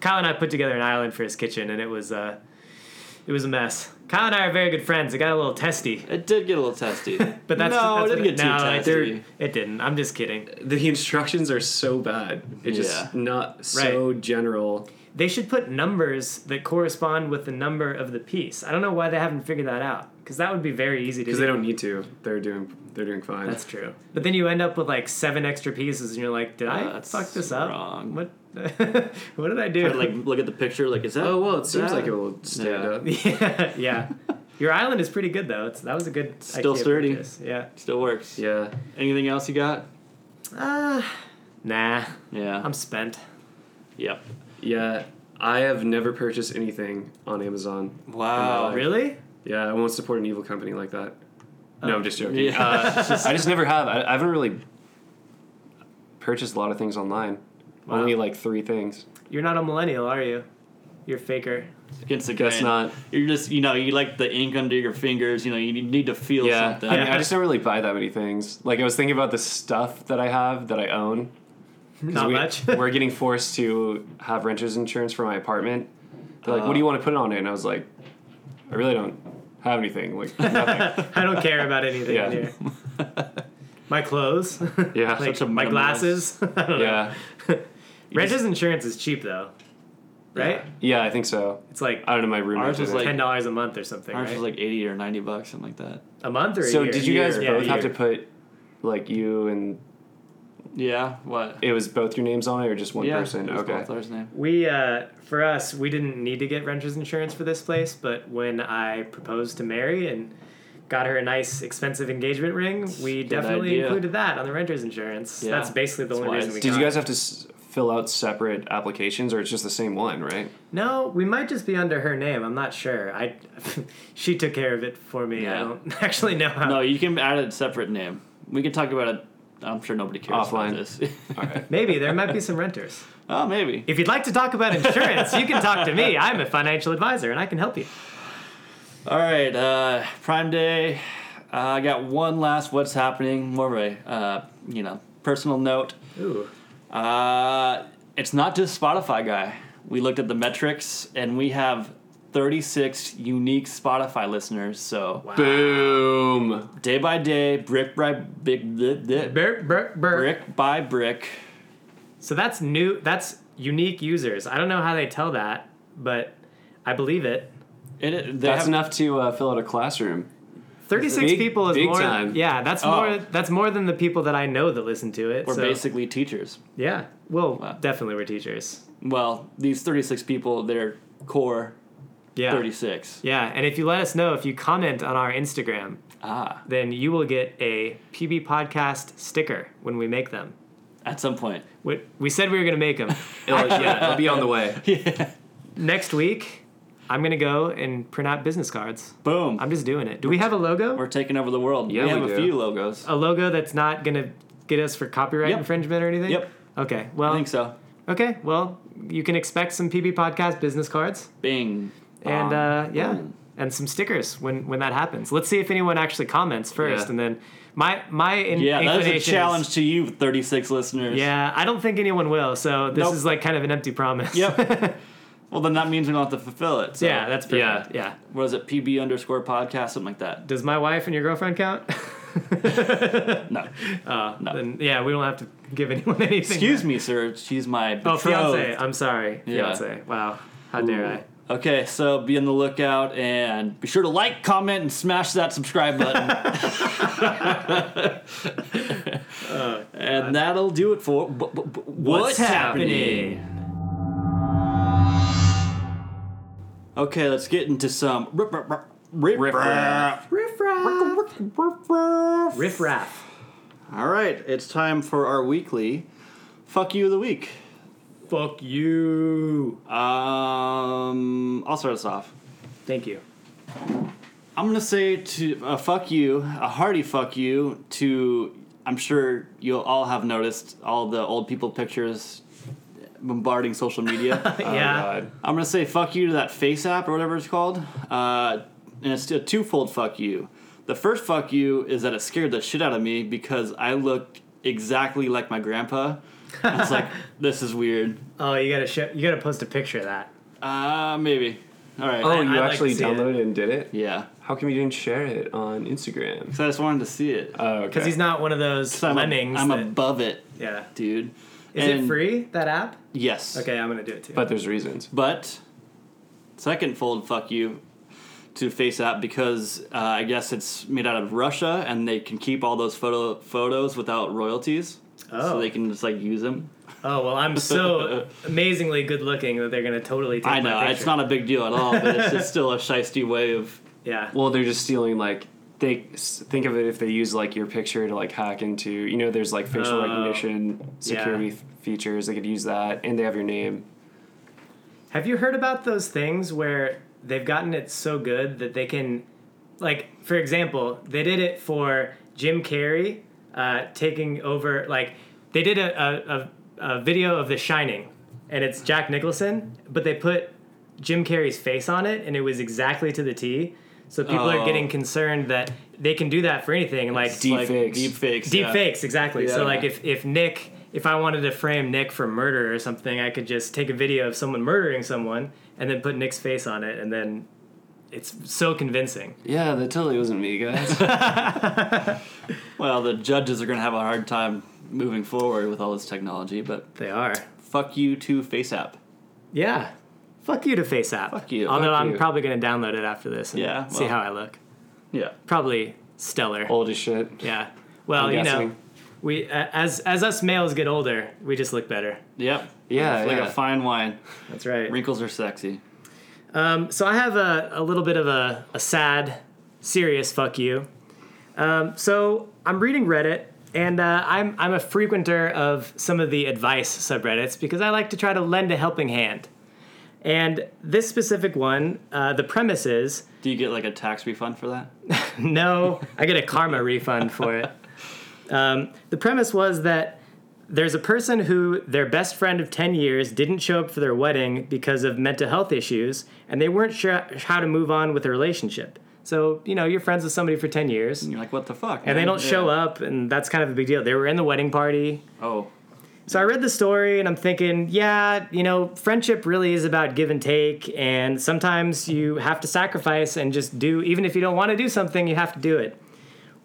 S2: Kyle and I put together an island for his kitchen, and it was uh, it was a mess. Kyle and I are very good friends. It got a little testy,
S1: It did get a little testy.
S2: but that's
S1: no,
S2: that's
S1: it didn't
S2: what
S1: get too
S2: no,
S1: testy.
S2: It, it didn't. I'm just kidding.
S4: The instructions are so bad. It's
S1: Yeah.
S4: just not so general.
S2: They should put numbers that correspond with the number of the piece. I don't know why they haven't figured that out because that would be very easy to do.
S4: Because they don't need to. They're doing. They're doing
S2: [laughs]
S4: fine.
S2: That's true. But then you end up with like seven extra pieces, and you're like, "Did I
S1: That's
S2: fuck this up?
S1: wrong.
S2: What? [laughs] what did I do?"
S1: But, like
S4: [laughs]
S1: look at the picture. Like is that?
S4: oh well, it seems
S1: that?
S4: like it will stand
S1: Yeah.
S2: [laughs] yeah,
S4: up.
S2: yeah. Your island is pretty good though. It's, that was a good
S1: Still
S2: IKEA
S1: sturdy.
S2: purchase. Yeah.
S1: still works.
S4: Yeah.
S1: Anything else you got?
S2: Uh, nah,
S1: Yeah.
S2: I'm spent.
S1: yep.
S4: Yeah. I have never purchased anything on Amazon.
S1: Wow.
S4: Uh,
S2: really?
S4: Yeah, I won't support an evil company like that. No, I'm just joking.
S1: Yeah. [laughs]
S4: Uh, I just never have. I, I haven't really purchased a lot of things online.
S2: Wow.
S4: Only like three things.
S2: You're not a millennial, are you? You're a faker.
S1: Against the
S4: Guess
S1: grain.
S4: not.
S1: You're just you know you like the ink under your fingers. You know you need to feel
S4: Yeah,
S1: something.
S4: I, mean, I just don't really buy that many things. Like I was thinking about the stuff that I have that I own. [laughs] 'Cause
S2: Not
S4: we,
S2: much. [laughs]
S4: [laughs] we're getting forced to have renter's insurance for my apartment. They're like, "What do
S1: Oh.
S4: you want to put on it?" And I was like, "I really don't have anything." Like
S1: [laughs]
S4: nothing.
S2: I don't care about anything
S4: Yeah.
S2: in here. My clothes,
S4: [laughs] yeah,
S2: like
S1: Such a
S2: my
S1: minimalist.
S2: glasses. [laughs] I don't know.
S4: yeah,
S2: [laughs] Renter's insurance is cheap though, right?
S4: yeah. I think so.
S2: It's like
S4: I don't know. My roommate.
S1: Ours was
S4: did it.
S1: like-
S2: ten dollars a month or something,
S1: Ours
S2: right?
S1: was like eighty or ninety bucks, something like that.
S2: a month or a
S4: So
S2: year?
S4: did you guys
S2: Yeah,
S4: both
S2: a
S4: have to
S2: year.
S4: put like you and
S1: Yeah. What?
S4: it was both your names on it or just one
S1: yeah.
S4: person?
S1: it was
S4: Okay.
S1: both ours name.
S2: We uh, for us, we didn't need to get renter's insurance for this place, but when I proposed to Mary and got her a nice expensive engagement ring, we
S1: Good
S2: definitely
S1: idea.
S2: included that on the renter's insurance.
S1: Yeah.
S2: That's basically the
S1: That's
S2: only
S1: wise.
S2: reason we
S4: Did
S2: got
S4: you guys
S2: it.
S4: have to s- fill out separate applications or it's just the same one, right?
S2: No, we might just be under her name. I'm not sure. I [laughs] she took care of it for me. I
S1: Yeah.
S2: don't [laughs] actually know how.
S1: No, you can add a separate name. We can talk about it. I'm sure nobody cares
S4: Offline.
S1: about this.
S4: All right.
S2: Maybe there might be some renters.
S1: [laughs] oh, maybe.
S2: If you'd like to talk about insurance, you can talk to me. I'm a financial advisor and I can help you.
S1: All right, uh, Prime Day. Uh, I got one last what's happening, more of a uh, you know personal note.
S2: Ooh.
S1: Uh, it's not just Spotify guy. We looked at the metrics, and we have 36 unique Spotify listeners. So
S4: Boom.
S1: day by day, brick by big, big, big
S2: Burp, burp, burp.
S1: brick by brick.
S2: So that's new. That's unique users. I don't know how they tell that, but I believe it.
S1: It, it- they
S4: That's
S1: have-
S4: enough to uh, fill out a classroom.
S2: Thirty-six
S4: Big-
S2: people is
S4: big
S2: more.
S4: time.
S2: Yeah, that's
S1: Oh.
S2: more. That's more than the people that I know that listen to it.
S1: We're
S2: so,
S1: basically teachers.
S2: Yeah. Well,
S1: Wow.
S2: definitely we're teachers.
S1: Well, these 36 people, they're core
S2: Yeah.
S1: 36.
S2: Yeah, and if you let us know if you comment on our Instagram,
S1: Ah,
S2: then you will get a PB podcast sticker when we make them.
S1: at some
S2: [laughs]
S1: point.
S2: We, we said we were gonna
S1: [laughs]
S2: make them.
S4: It'll, yeah, it'll be on the [laughs] way.
S2: Next week, I'm gonna go and print out business cards.
S1: Boom.
S2: I'm just doing it. Do we have a logo?
S1: We're taking over the world.
S4: Yeah,
S1: we have
S4: we
S1: a
S4: do.
S1: few logos.
S2: a logo that's not gonna get us for copyright
S1: Yep.
S2: infringement or anything?
S1: Yep.
S2: Okay.
S1: I
S2: Well.
S1: think so.
S2: Okay. Well, you can expect some PB podcast business cards
S1: Bing.
S2: and
S1: Bong.
S2: uh, yeah,
S1: Boom.
S2: and some stickers when when that happens. Let's see if anyone actually comments first,
S4: Yeah.
S2: and then my my in-
S1: Yeah, that is
S2: inclination
S1: a
S2: is-
S1: challenge to you, 36 listeners.
S2: yeah, I don't think anyone will. So this
S1: Nope.
S2: is like kind of an empty promise.
S1: Yep. well, then that means we don't have to fulfill it. So.
S2: [laughs] yeah, that's perfect. Yeah.
S1: What is it? PB underscore podcast, something like that.
S2: Does my wife and your girlfriend count? [laughs]
S1: No. no.
S2: then yeah, we don't have to give anyone [laughs] anything.
S1: Excuse me, sir. She's my
S2: Oh,
S1: betrothed.
S2: fiance. I'm sorry,
S1: Yeah.
S2: fiance. Wow. How dare I?
S1: Okay, so be on the lookout and be sure to like, comment, and smash that subscribe button. [laughs] and that'll do it for b- b- b- what's, happening? Okay, let's get into some rip rip rip rip
S4: Riff raff.
S1: riff
S2: Riff raff. Riff raff.
S1: All right, it's time for our weekly fuck you of the week.
S2: Fuck you.
S1: Um, I'll start us off.
S2: Thank you.
S1: I'm gonna say to a fuck you, a hearty fuck you to. I'm sure you'll all have noticed all the old people pictures bombarding social media.
S2: [laughs] yeah.
S1: I'm gonna say fuck you to that face app or whatever it's called. Uh, and it's a twofold fuck you. The first fuck you is that it scared the shit out of me because I looked exactly like my grandpa. And it's like this is weird.
S2: Oh, you gotta show, you gotta post a picture of that.
S1: Uh, maybe. All right.
S4: Oh,
S2: I- I'd
S4: [laughs] you
S2: like
S4: actually
S2: to see it.
S4: downloaded and did it?
S1: Yeah.
S4: How come you didn't share it on Instagram?
S1: So I just wanted to see it.
S4: Oh, okay.
S2: Because he's not one of those
S1: I'm,
S2: lemmings.
S1: I'm
S2: that-
S1: above it,
S2: yeah.
S1: dude.
S2: Is it
S1: And-
S2: free that app?
S1: Yes.
S2: Okay, I'm gonna do it too.
S4: But there's reasons.
S1: But second fold, fuck you to FaceApp because uh, I guess it's made out of Russia and they can keep all those photo photos without royalties, so
S2: Oh.
S1: they can just like use them.
S2: oh well, I'm so amazingly good looking that they're gonna totally take
S1: I
S2: my
S1: know
S2: picture.
S1: it's not a big deal at all, but it's
S2: [laughs]
S1: just still a shisty way of.
S2: Yeah.
S4: Well, they're just stealing like they s- think of it if they use like your picture to like hack into. You know, there's like facial
S2: Oh.
S4: recognition security f- features. They could use that, and they have your name.
S2: Have you heard about those things where they've gotten it so good that they can, like, for example, they did it for Jim Carrey uh, taking over, like, they did a, a, a, a video of The Shining, and it's Jack Nicholson, but they put Jim Carrey's face on it, and it was exactly to the T. So people are
S1: Oh.
S2: getting concerned that they can do that for anything, and, like,
S4: Deep
S1: like,
S4: fakes.
S1: Deep fakes.
S2: Deep
S1: yeah.
S2: fakes, exactly.
S1: Yeah.
S2: So like if, if Nick if I wanted to frame Nick for murder or something, I could just take a video of someone murdering someone and then put Nick's face on it and then it's so convincing.
S4: Yeah, that totally wasn't me,
S2: [laughs]
S4: guys.
S1: Well, the judges are gonna have a hard time moving forward with all this technology, but
S2: They are.
S1: fuck you to FaceApp.
S2: Yeah. Fuck you to face app.
S1: Fuck you.
S2: Although
S4: Fuck
S2: I'm
S4: you.
S2: probably gonna download it after this and
S1: Yeah,
S2: see
S1: well.
S2: how I look.
S1: Yeah.
S2: Probably stellar.
S4: Old as shit.
S2: Yeah. Well,
S4: I'm
S2: Oh, you know,
S4: guessing.
S2: we uh, as as us males get older, we just look better.
S1: Yep.
S4: Yeah,
S1: It's
S4: yeah.
S1: Like a fine wine.
S2: That's right.
S1: Wrinkles are sexy.
S2: Um, so I have a, a little bit of a, a sad, serious fuck you. Um, so I'm reading Reddit, and uh, I'm, I'm a frequenter of some of the advice subreddits because I like to try to lend a helping hand. And this specific one, uh, the premise is
S1: Do you get like a tax refund for that?
S2: no, I get a karma refund for it. Um, the premise was that there's a person who their best friend of 10 years didn't show up for their wedding because of mental health issues, and they weren't sure how to move on with the relationship. So, you know, you're friends with somebody for 10 years,
S1: You're like, what the fuck?
S2: and they don't show up, and that's kind of a big deal. They were in the wedding party,
S1: Oh,
S2: so I read the story and I'm thinking, yeah, you know, friendship really is about give and take. And sometimes you have to sacrifice and just do, even if you don't want to do something, you have to do it.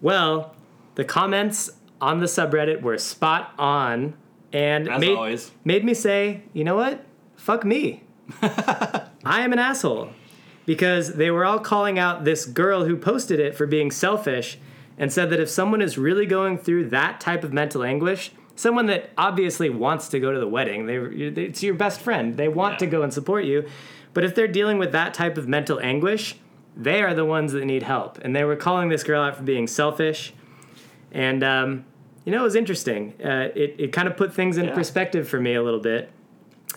S2: Well, the comments on the subreddit were spot on and
S1: As
S2: made,
S1: always.
S2: made me say, you know what? Fuck me. I am an asshole. Because they were all calling out this girl who posted it for being selfish and said that if someone is really going through that type of mental anguish, someone that obviously wants to go to the wedding, they, it's your best friend, they want to
S1: Yeah.
S2: go and support you. But if they're dealing with that type of mental anguish, they are the ones that need help. And they were calling this girl out for being selfish. And, um, you know, it was interesting. Uh, it it kind of put things in
S1: Yeah.
S2: perspective for me a little bit.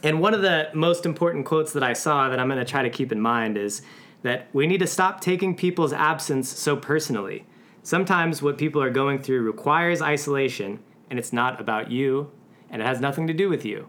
S2: And one of the most important quotes that I saw that I'm going to try to keep in mind is that we need to stop taking people's absence so personally. Sometimes what people are going through requires isolation, and it's not about you, and it has nothing to do with you.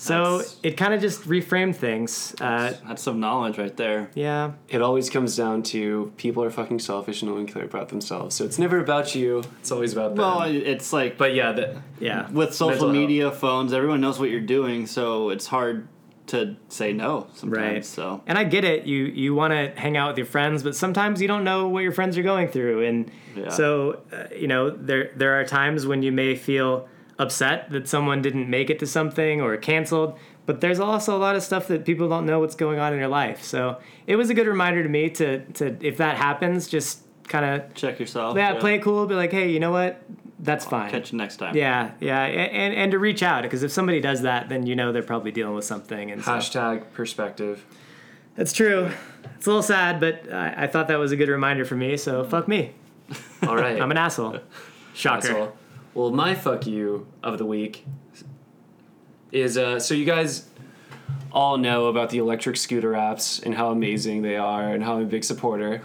S2: So
S1: That's-
S2: it kind of just reframed things. Uh,
S1: that's some knowledge right there.
S2: yeah,
S4: It always comes down to people are fucking selfish and only care about themselves. So it's never about you. It's always about them.
S1: Well, it's like,
S4: but yeah, that
S2: yeah.
S1: with social
S4: mental
S1: media, phones, everyone knows what you're doing, so it's hard to say no sometimes.
S2: Right.
S1: So
S2: And I get it. You you want to hang out with your friends, but sometimes you don't know what your friends are going through, and
S1: Yeah.
S2: so uh, you know there there are times when you may feel upset that someone didn't make it to something or canceled. But there's also a lot of stuff that people don't know what's going on in your life. So it was a good reminder to me to to if that happens, just kind of
S1: check yourself.
S2: yeah, play it cool, be like, hey, you know what? That's fine.
S1: Catch you next time.
S2: yeah, yeah, a- and and to reach out because if somebody does that, then you know they're probably dealing with something. And so-
S4: hashtag perspective.
S2: That's true. It's a little sad, but I, I thought that was a good reminder for me. So fuck me.
S3: All right.
S2: [laughs] I'm an asshole. Shocker.
S3: asshole.
S4: Well, my fuck you of the week is uh, so you guys all know about the electric scooter apps and how amazing they are and how I'm a big supporter.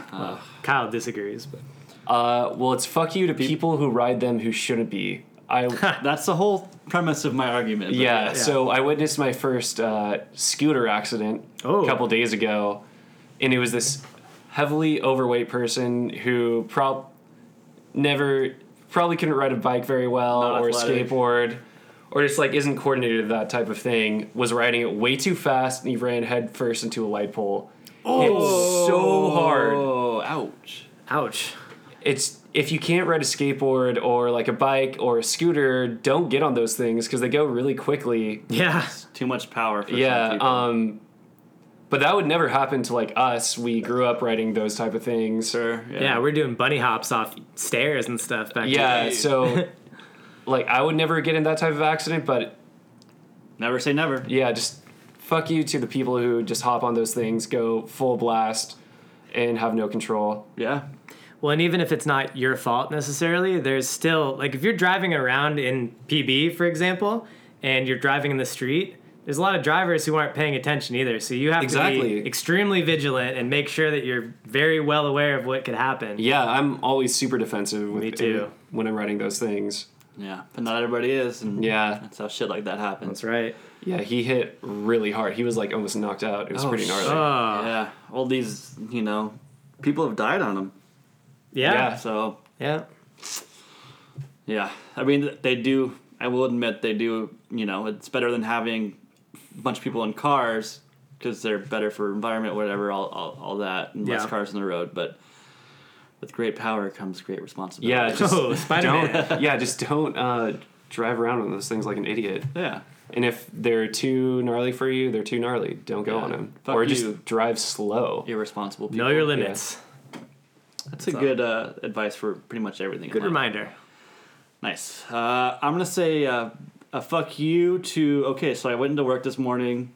S2: Kyle disagrees, but
S4: Uh, well, it's fuck you to people who ride them who shouldn't be. I
S1: That's the whole premise of my argument. but
S4: yeah, So I witnessed my first uh, scooter accident
S2: Oh.
S4: a couple days ago, and it was this heavily overweight person who prob never probably couldn't ride a bike very well
S1: Not
S4: or
S1: athletic.
S4: a skateboard or just like isn't coordinated with that type of thing was riding it way too fast and he ran headfirst into a light pole it's so hard
S1: Oh, ouch.
S2: ouch.
S4: it's if you can't ride a skateboard or like a bike or a scooter, don't get on those things because they go really quickly.
S2: Yeah.
S1: Too much power for some
S4: yeah.
S1: people.
S4: Um, but that would never happen to like us. We grew up riding those type of things.
S1: sure. Yeah.
S2: Yeah, we're doing bunny hops off stairs and stuff back
S4: Yeah.
S1: Yeah.
S4: So, like, I would never get in that type of accident. But
S1: Never say never.
S4: yeah, just fuck you to the people who just hop on those things, go full blast, and have no control.
S1: Yeah.
S2: Well, and even if it's not your fault necessarily, there's still like if you're driving around in PB, for example, and you're driving in the street, there's a lot of drivers who aren't paying attention either. So you have to
S4: Exactly.
S2: be extremely vigilant and make sure that you're very well aware of what could happen.
S4: Yeah, I'm always super defensive. With
S2: Me too.
S4: When I'm riding those things.
S1: Yeah. But not everybody is. And
S4: Yeah.
S1: That's how shit like that happens.
S2: That's right.
S4: Yeah, he hit really hard. He was like almost knocked out. It was pretty gnarly.
S2: Oh,
S1: Yeah. All these, you know, people have died on them.
S2: yeah.
S4: Yeah.
S1: So,
S2: Yeah.
S1: yeah. I mean, they do, I will admit, they do, you know, it's better than having a bunch of people in cars because they're better for environment, whatever, all, all, all that, and less
S2: Yeah.
S1: cars on the road. But with great power comes great responsibility.
S4: Yeah, just
S2: Oh, Spider-Man.
S4: don't. Yeah, just don't uh, drive around on those things like an idiot.
S1: Yeah.
S4: And if they're too gnarly for you, they're too gnarly. Don't go
S1: Yeah.
S4: on them,
S1: Fuck
S4: or just
S1: you.
S4: drive slow.
S1: Irresponsible people.
S2: Know your limits.
S1: That's a good uh, advice for pretty much everything. in
S2: Good
S1: life.
S2: reminder.
S1: Nice. Uh, I'm gonna say uh, a fuck you to. Okay, so I went into work this morning,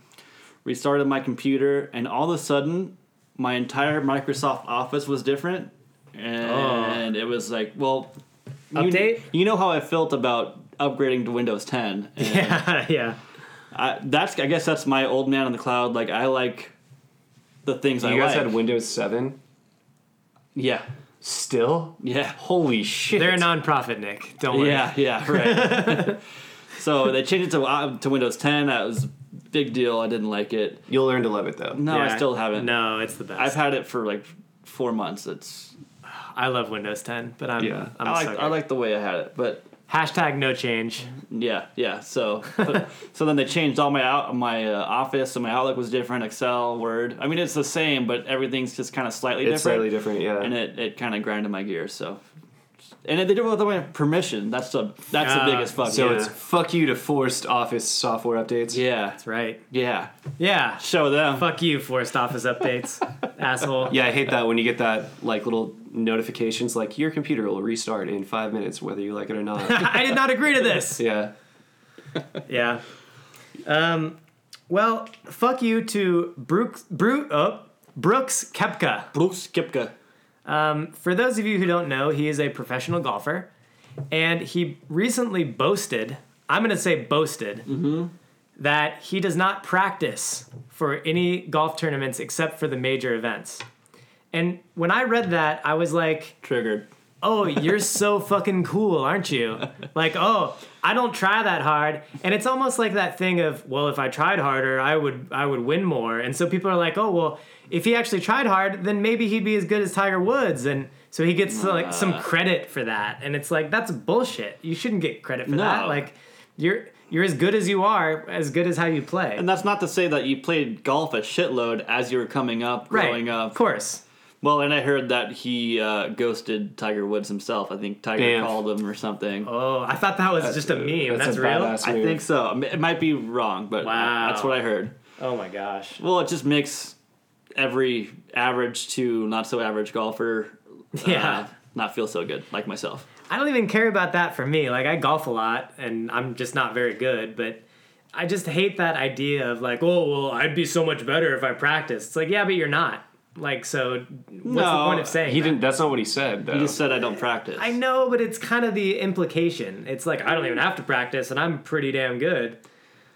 S1: restarted my computer, and all of a sudden, my entire Microsoft Office was different,
S4: Oh.
S1: and it was like, well, you-
S2: Update?
S1: You, know how I felt about upgrading to Windows 10.
S2: [laughs]
S1: and
S2: Yeah, yeah.
S1: I, that's. I guess that's my old man in the cloud. Like I like the things I
S4: You guys
S1: like.
S4: had Windows Seven
S1: yeah.
S4: still.
S1: Yeah.
S4: Holy shit!
S2: They're a nonprofit, Nick. Don't worry.
S1: Yeah, yeah, right. so they changed it to uh, to Windows 10. That was a big deal. I didn't like it.
S4: You'll learn to love it though.
S1: No, I
S2: Yeah.
S1: still haven't.
S2: No, it's the best.
S1: I've had it for like four months. It's
S2: I love Windows 10, but I'm
S4: Yeah.
S2: I'm
S1: I
S2: a
S1: like
S2: sucker.
S1: I like the way I had it, but
S2: Hashtag no change.
S1: yeah, yeah. So but- so then they changed all my out my uh, Office, so my Outlook was different. Excel, Word. I mean, it's the same, but everything's just kind of slightly
S4: It's
S1: different.
S4: slightly different. Yeah.
S1: and it, it kind of grinded my gears. So. And they did it without my permission. That's the that's
S2: Ah,
S1: the biggest fuck.
S4: so
S1: yeah.
S4: it's fuck you to forced Office software updates.
S1: yeah,
S2: Right.
S1: yeah.
S2: Yeah.
S1: Show them.
S2: Fuck you, forced office
S1: [laughs]
S2: updates, asshole.
S4: Yeah, I hate that when you get that like little notifications like your computer will restart in five minutes whether you like it or
S2: [laughs]
S4: not.
S2: I did not agree to this.
S4: yeah.
S2: Yeah. Um, well, fuck you to Brooks, Bru, oh, Brooks Kepka.
S1: Brooks Kipka.
S2: Um, for those of you who don't know, he is a professional golfer, and he recently boasted I'm going to say boasted that he does not practice for any golf tournaments except for the major events. And when I read that, I was like,
S1: Triggered.
S2: oh, you're so fucking cool, aren't you? Like, oh, I don't try that hard. And it's almost like that thing of, well, if I tried harder, I would I would win more. And so people are like, oh, well, if he actually tried hard, then maybe he'd be as good as Tiger Woods. And so he gets like some credit for that. And it's like that's bullshit. You shouldn't get credit for that.
S1: No.
S2: Like you're you're as good as you are, as good as how you play.
S1: And that's not to say that you played golf a shitload as you were coming up, growing
S2: right.
S1: up.
S2: Of course.
S1: Well, and I heard that he uh, ghosted Tiger Woods himself. I think Tiger
S4: Damn.
S1: called him or something.
S2: Oh, I thought that was just a meme. That's,
S4: a
S2: real.
S4: badass
S1: I
S4: move.
S1: think so. I mean, It might be wrong, but
S2: Wow.
S1: that's what I heard.
S2: Oh my gosh.
S1: Well, it just makes every average to not so average golfer uh,
S2: Yeah.
S1: not feel so good, like myself.
S2: I don't even care about that for me. Like I golf a lot and I'm just not very good, but I just hate that idea of like, oh well, I'd be so much better if I practiced. It's like, yeah, but you're not. Like, so what's the
S1: No,
S2: point of saying
S4: He
S2: that?
S4: didn't. That's not what he said. Though.
S1: You just said I don't practice.
S2: I know, but it's kind of the implication. It's like I don't even have to practice, and I'm pretty damn good.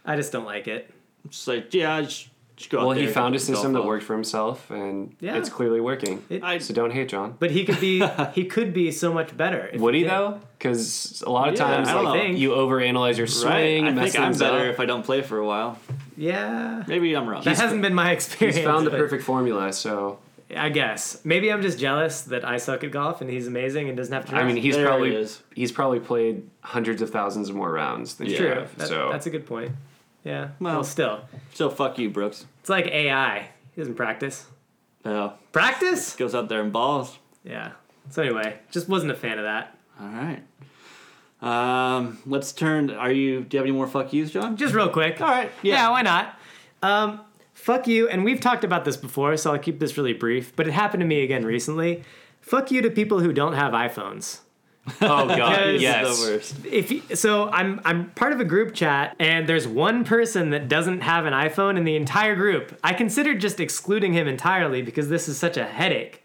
S2: I just don't like it.
S1: It's like, yeah, I just, just go out
S4: well, he
S1: there and
S4: found a
S1: hit the
S4: system
S1: golf
S4: that
S1: ball.
S4: worked for himself, and
S2: Yeah.
S4: it's clearly working.
S2: It-
S1: I-
S4: so don't hate John.
S2: But he could be
S4: [laughs]
S2: he could be so much better. if
S4: Would he
S2: did.
S4: though? Because a lot of
S1: Yeah,
S4: times,
S1: I don't
S4: like,
S2: know.
S4: you overanalyze your
S1: Right.
S4: swing.
S1: I
S4: mess
S1: think I'm
S4: things
S1: better
S4: up.
S1: if I don't play for a while.
S2: Yeah.
S1: Maybe I'm wrong.
S2: That hasn't been my experience.
S4: He's found the
S2: but
S4: perfect formula. So
S2: I guess. Maybe I'm just jealous that I suck at golf and he's amazing and doesn't have to.
S4: I mean, he's
S1: There it
S4: probably
S1: is.
S4: he's probably played hundreds of thousands of more rounds than you
S1: True.
S4: have.
S2: That-
S4: so
S2: that's a good point. Yeah. Well,
S1: Well-
S2: still,
S1: so fuck you, Brooks.
S2: it's like AI. He doesn't practice.
S1: No.
S2: Practice?
S1: Goes out there and balls.
S2: Yeah. So anyway, just wasn't a fan of that.
S1: All right. Um, let's turn. Are you? Do you have any more fuck yous, John?
S2: Just real quick.
S1: All right.
S2: Yeah,
S1: Yeah.
S2: why not? Um, fuck you. And we've talked about this before, so I'll keep this really brief. But it happened to me again recently. Fuck you to people who don't have iPhones.
S4: oh
S1: [laughs]
S4: god,
S2: Because-
S1: This is
S4: yes.
S1: The worst.
S2: If you, so, I'm I'm part of a group chat, and there's one person that doesn't have an iPhone in the entire group. I considered just excluding him entirely because this is such a headache.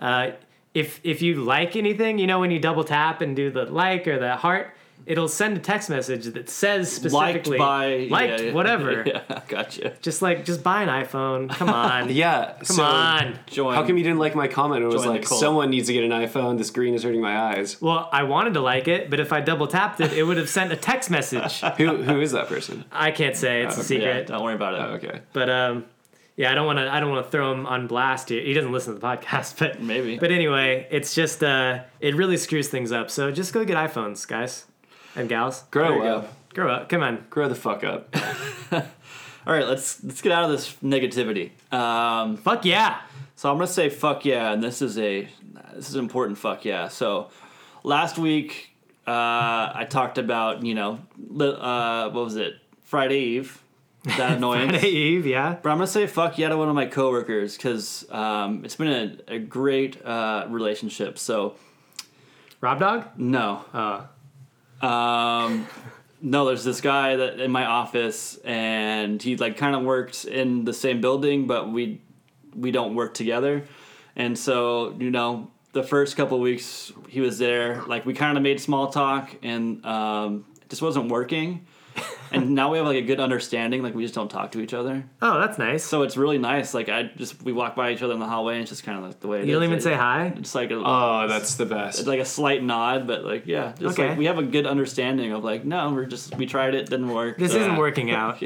S2: Uh, if if you like anything, you know when you double tap and do the like or the heart, it'll send a text message that says
S1: Liked
S2: specifically
S1: by
S2: liked
S1: yeah, yeah.
S2: whatever.
S1: [laughs] Yeah, gotcha.
S2: Just like, just buy an iPhone.
S1: [laughs]
S2: Come on.
S4: Yeah.
S2: Come
S4: so
S2: on.
S1: Join.
S4: How come you didn't like my comment? It was
S1: Join the
S4: like
S1: cult.
S4: someone needs to get an iPhone. This green is hurting my eyes.
S2: Well, I wanted to like it, but if I double tapped it, it would have sent a text message.
S4: Who who is that
S1: [laughs]
S4: person?
S2: I can't say it's a
S1: Yeah,
S2: secret.
S1: don't worry about it.
S4: Oh, okay.
S2: But um yeah, I don't want to I don't want to throw him on blast. He, he doesn't listen to the [laughs] podcast, but
S1: Maybe.
S2: But anyway, it's just uh it really screws things up. So just go get iPhones, guys and gals.
S1: There
S4: Grow
S1: you
S4: up.
S1: go.
S2: Grow up. Come on.
S4: Grow the fuck up.
S1: All right, let's let's get out of this negativity. Um,
S2: Fuck yeah. [laughs]
S1: so I'm gonna say fuck yeah, and this is a this is an important fuck yeah. So last week uh, I talked about you know li- uh, what was it Friday Eve that annoyance.
S2: Friday Eve, yeah.
S1: But I'm gonna say fuck yeah to one of my coworkers because um, it's been a, a great uh, relationship. So
S2: Rob Dog?
S1: no,
S2: Uh
S1: um, no, there's this guy that in my office, and he like kind of worked in the same building, but we we don't work together. And so you know, the first couple weeks he was there, like we kind of made small talk, and um, it just wasn't working. and now we have like a good understanding. Like we just don't talk to each other,
S2: Oh, that's nice.
S1: so it's really nice. Like I just we walk by each other in the hallway, and it's just kind of like the way it
S2: you don't
S1: is.
S2: even
S1: Like,
S2: say hi? Uh,
S1: It's like a,
S4: Oh, that's the best.
S1: it's like a slight nod, but like yeah, just
S2: Okay.
S1: like we have a good understanding of like no, we're just we tried it, didn't work.
S2: This
S1: so,
S2: isn't working
S1: [laughs]
S2: out.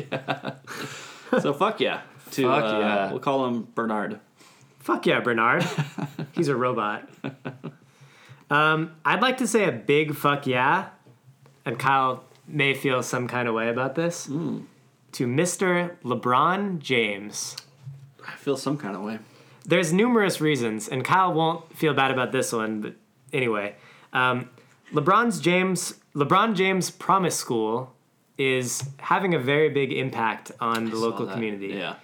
S1: so fuck yeah. To,
S4: Fuck
S1: uh,
S4: yeah.
S1: We'll call him Bernard.
S2: Fuck yeah,
S4: [laughs]
S2: Bernard. He's a robot. Um, I'd like to say a big fuck yeah, and Kyle may feel some kind of way about this,
S4: Hmm.
S2: to Mr. LeBron James.
S1: I feel some kind of way.
S2: There's numerous reasons, and Kyle won't feel bad about this one, but anyway. Um, LeBron's James, LeBron James Promise School is having a very big impact on the local
S1: Saw that.
S2: community.
S1: Yeah.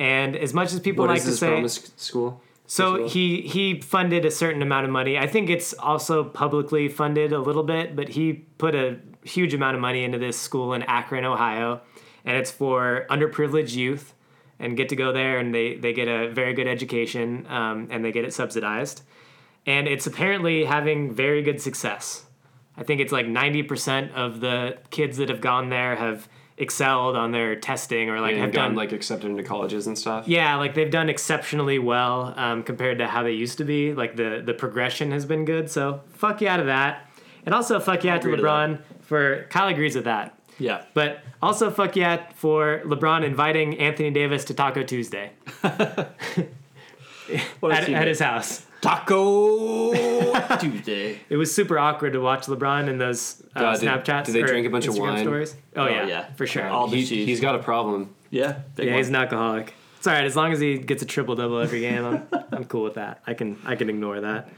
S2: And as much as people
S4: What
S2: like
S4: is
S2: to
S4: this
S2: say
S4: promise school?
S2: So
S4: Well.
S2: he he funded a certain amount of money. I think it's also publicly funded a little bit, but he put a huge amount of money into this school in Akron, Ohio, and it's for underprivileged youth and get to go there and they they get a very good education um, and they get it subsidized, and it's apparently having very good success. I think it's like ninety percent of the kids that have gone there have excelled on their testing or like
S4: And
S2: have done
S4: gotten like accepted into colleges and stuff.
S2: yeah, like they've done exceptionally well um, compared to how they used to be. Like the the progression has been good. So fuck you out of that, and also fuck you out to
S1: agree to
S2: LeBron for Kyle agrees with that.
S1: Yeah.
S2: But also fuck you out for LeBron inviting Anthony Davis to Taco Tuesday
S1: What
S2: at, at his house.
S1: Taco [laughs] Tuesday.
S2: It was super awkward to watch LeBron in those uh,
S4: God, did-
S2: Snapchats.
S4: did they
S2: or
S4: drink a bunch of
S2: Instagram
S4: wine?
S2: Stories. Oh, yeah,
S1: yeah.
S2: for sure.
S1: All the
S4: He,
S1: cheese.
S4: he's got a problem.
S1: yeah. Big
S2: yeah,
S1: one.
S2: he's an alcoholic. It's all right as long as he gets a triple double every game.
S4: [laughs]
S2: I'm, I'm cool with that. I can I can ignore that.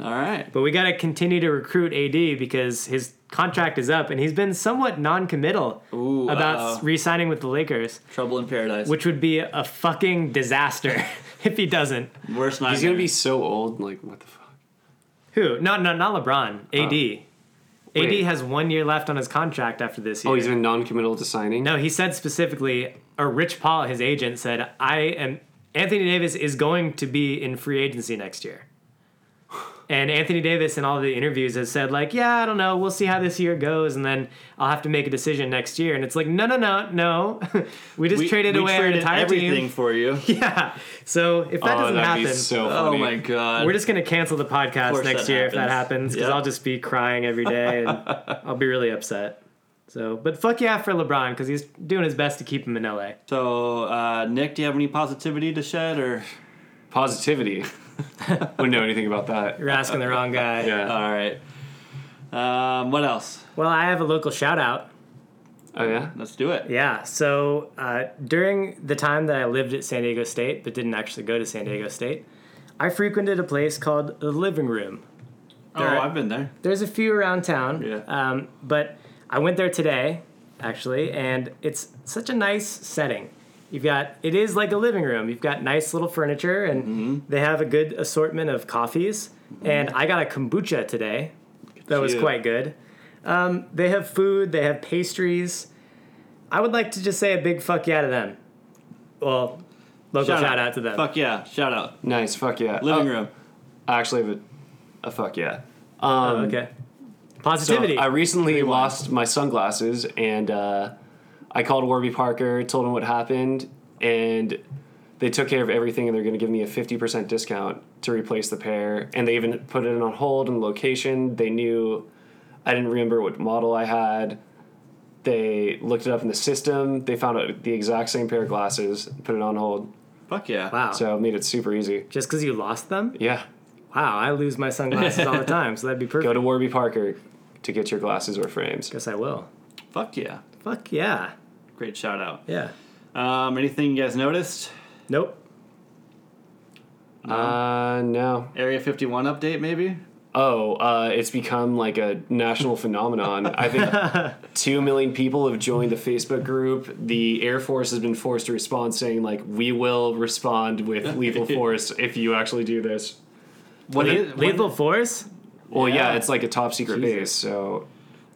S1: All right.
S2: But we got to continue to recruit AD because his contract is up and he's been somewhat non-committal
S1: Ooh,
S2: about
S1: uh-oh.
S2: re-signing with the Lakers,
S1: Trouble in paradise.
S2: which would be a fucking disaster [laughs] if he doesn't.
S1: Worst nightmare.
S4: He's gonna be so old. Like what the fuck?
S2: Who? No, no, not LeBron. AD. AD
S4: Uh, Wait.
S2: has one year left on his contract after this year.
S4: Oh, he's been non-committal to signing.
S2: No, he said specifically, or Rich Paul, his agent, said, I am, Anthony Davis is going to be in free agency next year. And Anthony Davis in all the interviews has said, like, yeah, I don't know, we'll see how this year goes, and then I'll have to make a decision next year. And it's like, no, no, no, no. [laughs] we just
S1: We
S2: traded
S1: we
S2: away
S1: traded
S2: our entire
S1: everything
S2: team.
S1: for you.
S2: [laughs] Yeah. So if that
S4: oh,
S2: doesn't
S4: that'd
S2: happen,
S4: be so
S1: Oh
S4: funny.
S1: my god.
S2: we're just gonna cancel the podcast
S1: course
S2: next
S1: that
S2: year if that happens
S1: happens.
S2: because
S1: Yeah.
S2: I'll just be crying every day
S1: [laughs]
S2: and I'll be really upset. So, but fuck yeah for LeBron because he's doing his best to keep him in LA.
S1: so, uh, Nick, do you have any positivity to shed or?
S4: Positivity. Wouldn't know anything about that.
S2: You're asking the wrong guy.
S4: [laughs] Yeah.
S1: All right. Um, what else?
S2: Well, I have a local shout out.
S4: oh yeah.
S1: Let's do it.
S2: Yeah. So uh, during the time that I lived at San Diego State but didn't actually go to San Diego State, I frequented a place called the Living Room.
S1: Oh,
S2: Derek?
S1: I've been there.
S2: There's a few around town.
S1: Yeah.
S2: Um, but I went there today, actually, and it's such a nice setting. You've got it is like a living room. You've got nice little furniture, and they have a good assortment of coffees. And I got a kombucha today, that was
S1: you.
S2: quite good. Um, they have food. They have pastries. I would like to just say a big fuck yeah to them. Well, local shout, out. to them.
S1: Fuck yeah, shout out.
S4: Nice. Fuck yeah.
S1: Living
S4: Oh,
S1: room.
S4: I actually have a, a fuck yeah.
S2: Oh, okay.
S4: So
S2: Positivity.
S4: I recently lost my sunglasses, and uh, I called Warby Parker, told them what happened, and they took care of everything, and they're going to give me a fifty percent discount to replace the pair. And they even put it on hold and location. They knew I didn't remember what model I had. They looked it up in the system. They found out the exact same pair of glasses, put it on hold.
S1: Fuck yeah.
S2: wow.
S4: So it made it super easy.
S2: just because you lost them.
S4: Yeah,
S2: Wow, I lose my sunglasses all the time, so that'd be perfect.
S4: go to Warby Parker to get your glasses or frames.
S2: Guess I will.
S1: Fuck yeah.
S2: Fuck yeah.
S1: Great shout out.
S2: Yeah.
S1: Um, anything you guys noticed?
S2: Nope.
S4: Uh, no,
S1: Area 51 update, maybe?
S4: Oh, uh, it's become like a national phenomenon. I think
S1: [laughs]
S4: two million people have joined the Facebook group. The Air Force has been forced to respond, saying like, "We will respond with
S1: [laughs]
S4: lethal force if you actually do this."
S1: When
S4: But
S1: is,
S2: Lethal Force?
S4: Well, yeah,
S1: Yeah.
S4: it's like a top secret
S1: Jesus.
S4: base. So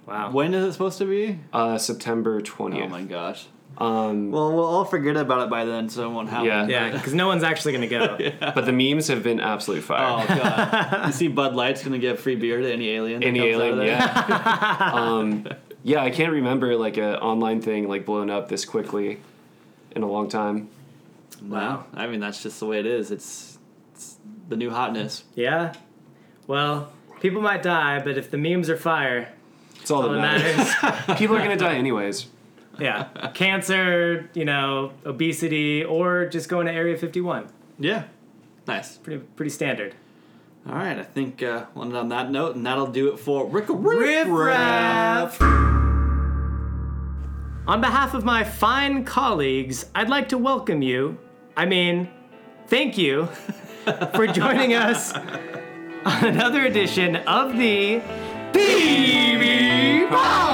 S2: Wow.
S1: when, when is it supposed to be?
S4: uh, September
S1: Oh
S4: twentieth.
S1: my gosh.
S4: um,
S1: Well, we'll all forget about it by then, so it won't happen.
S4: Yeah.
S2: Yeah, because no one's actually going to go.
S4: but the memes have been absolute fire.
S2: [laughs]
S1: Oh god. you see, Bud Light's gonna give free beer to any alien. that
S4: [laughs] Any
S1: comes out of
S4: alien,
S1: there?
S4: yeah.
S1: [laughs]
S4: um, yeah, I can't remember like a online thing like blown up this quickly in a long time.
S1: Wow. I mean, that's just the way it is. It's, it's the new hotness.
S2: Yeah. Well, people might die, but if the memes are fire,
S4: It's all
S2: all
S4: that
S2: that
S4: matters.
S2: matters.
S4: People
S1: [laughs]
S4: are gonna die anyways.
S2: [laughs] yeah. Cancer, you know, obesity, or just going to Area 51.
S1: Yeah. Nice.
S2: Pretty pretty standard.
S1: All right, I think uh, we'll end on that note, and that'll do it for Rick Riff
S2: Riff On behalf of my fine colleagues, I'd like to welcome you. I mean, thank you for joining us on another edition of the BB Pod.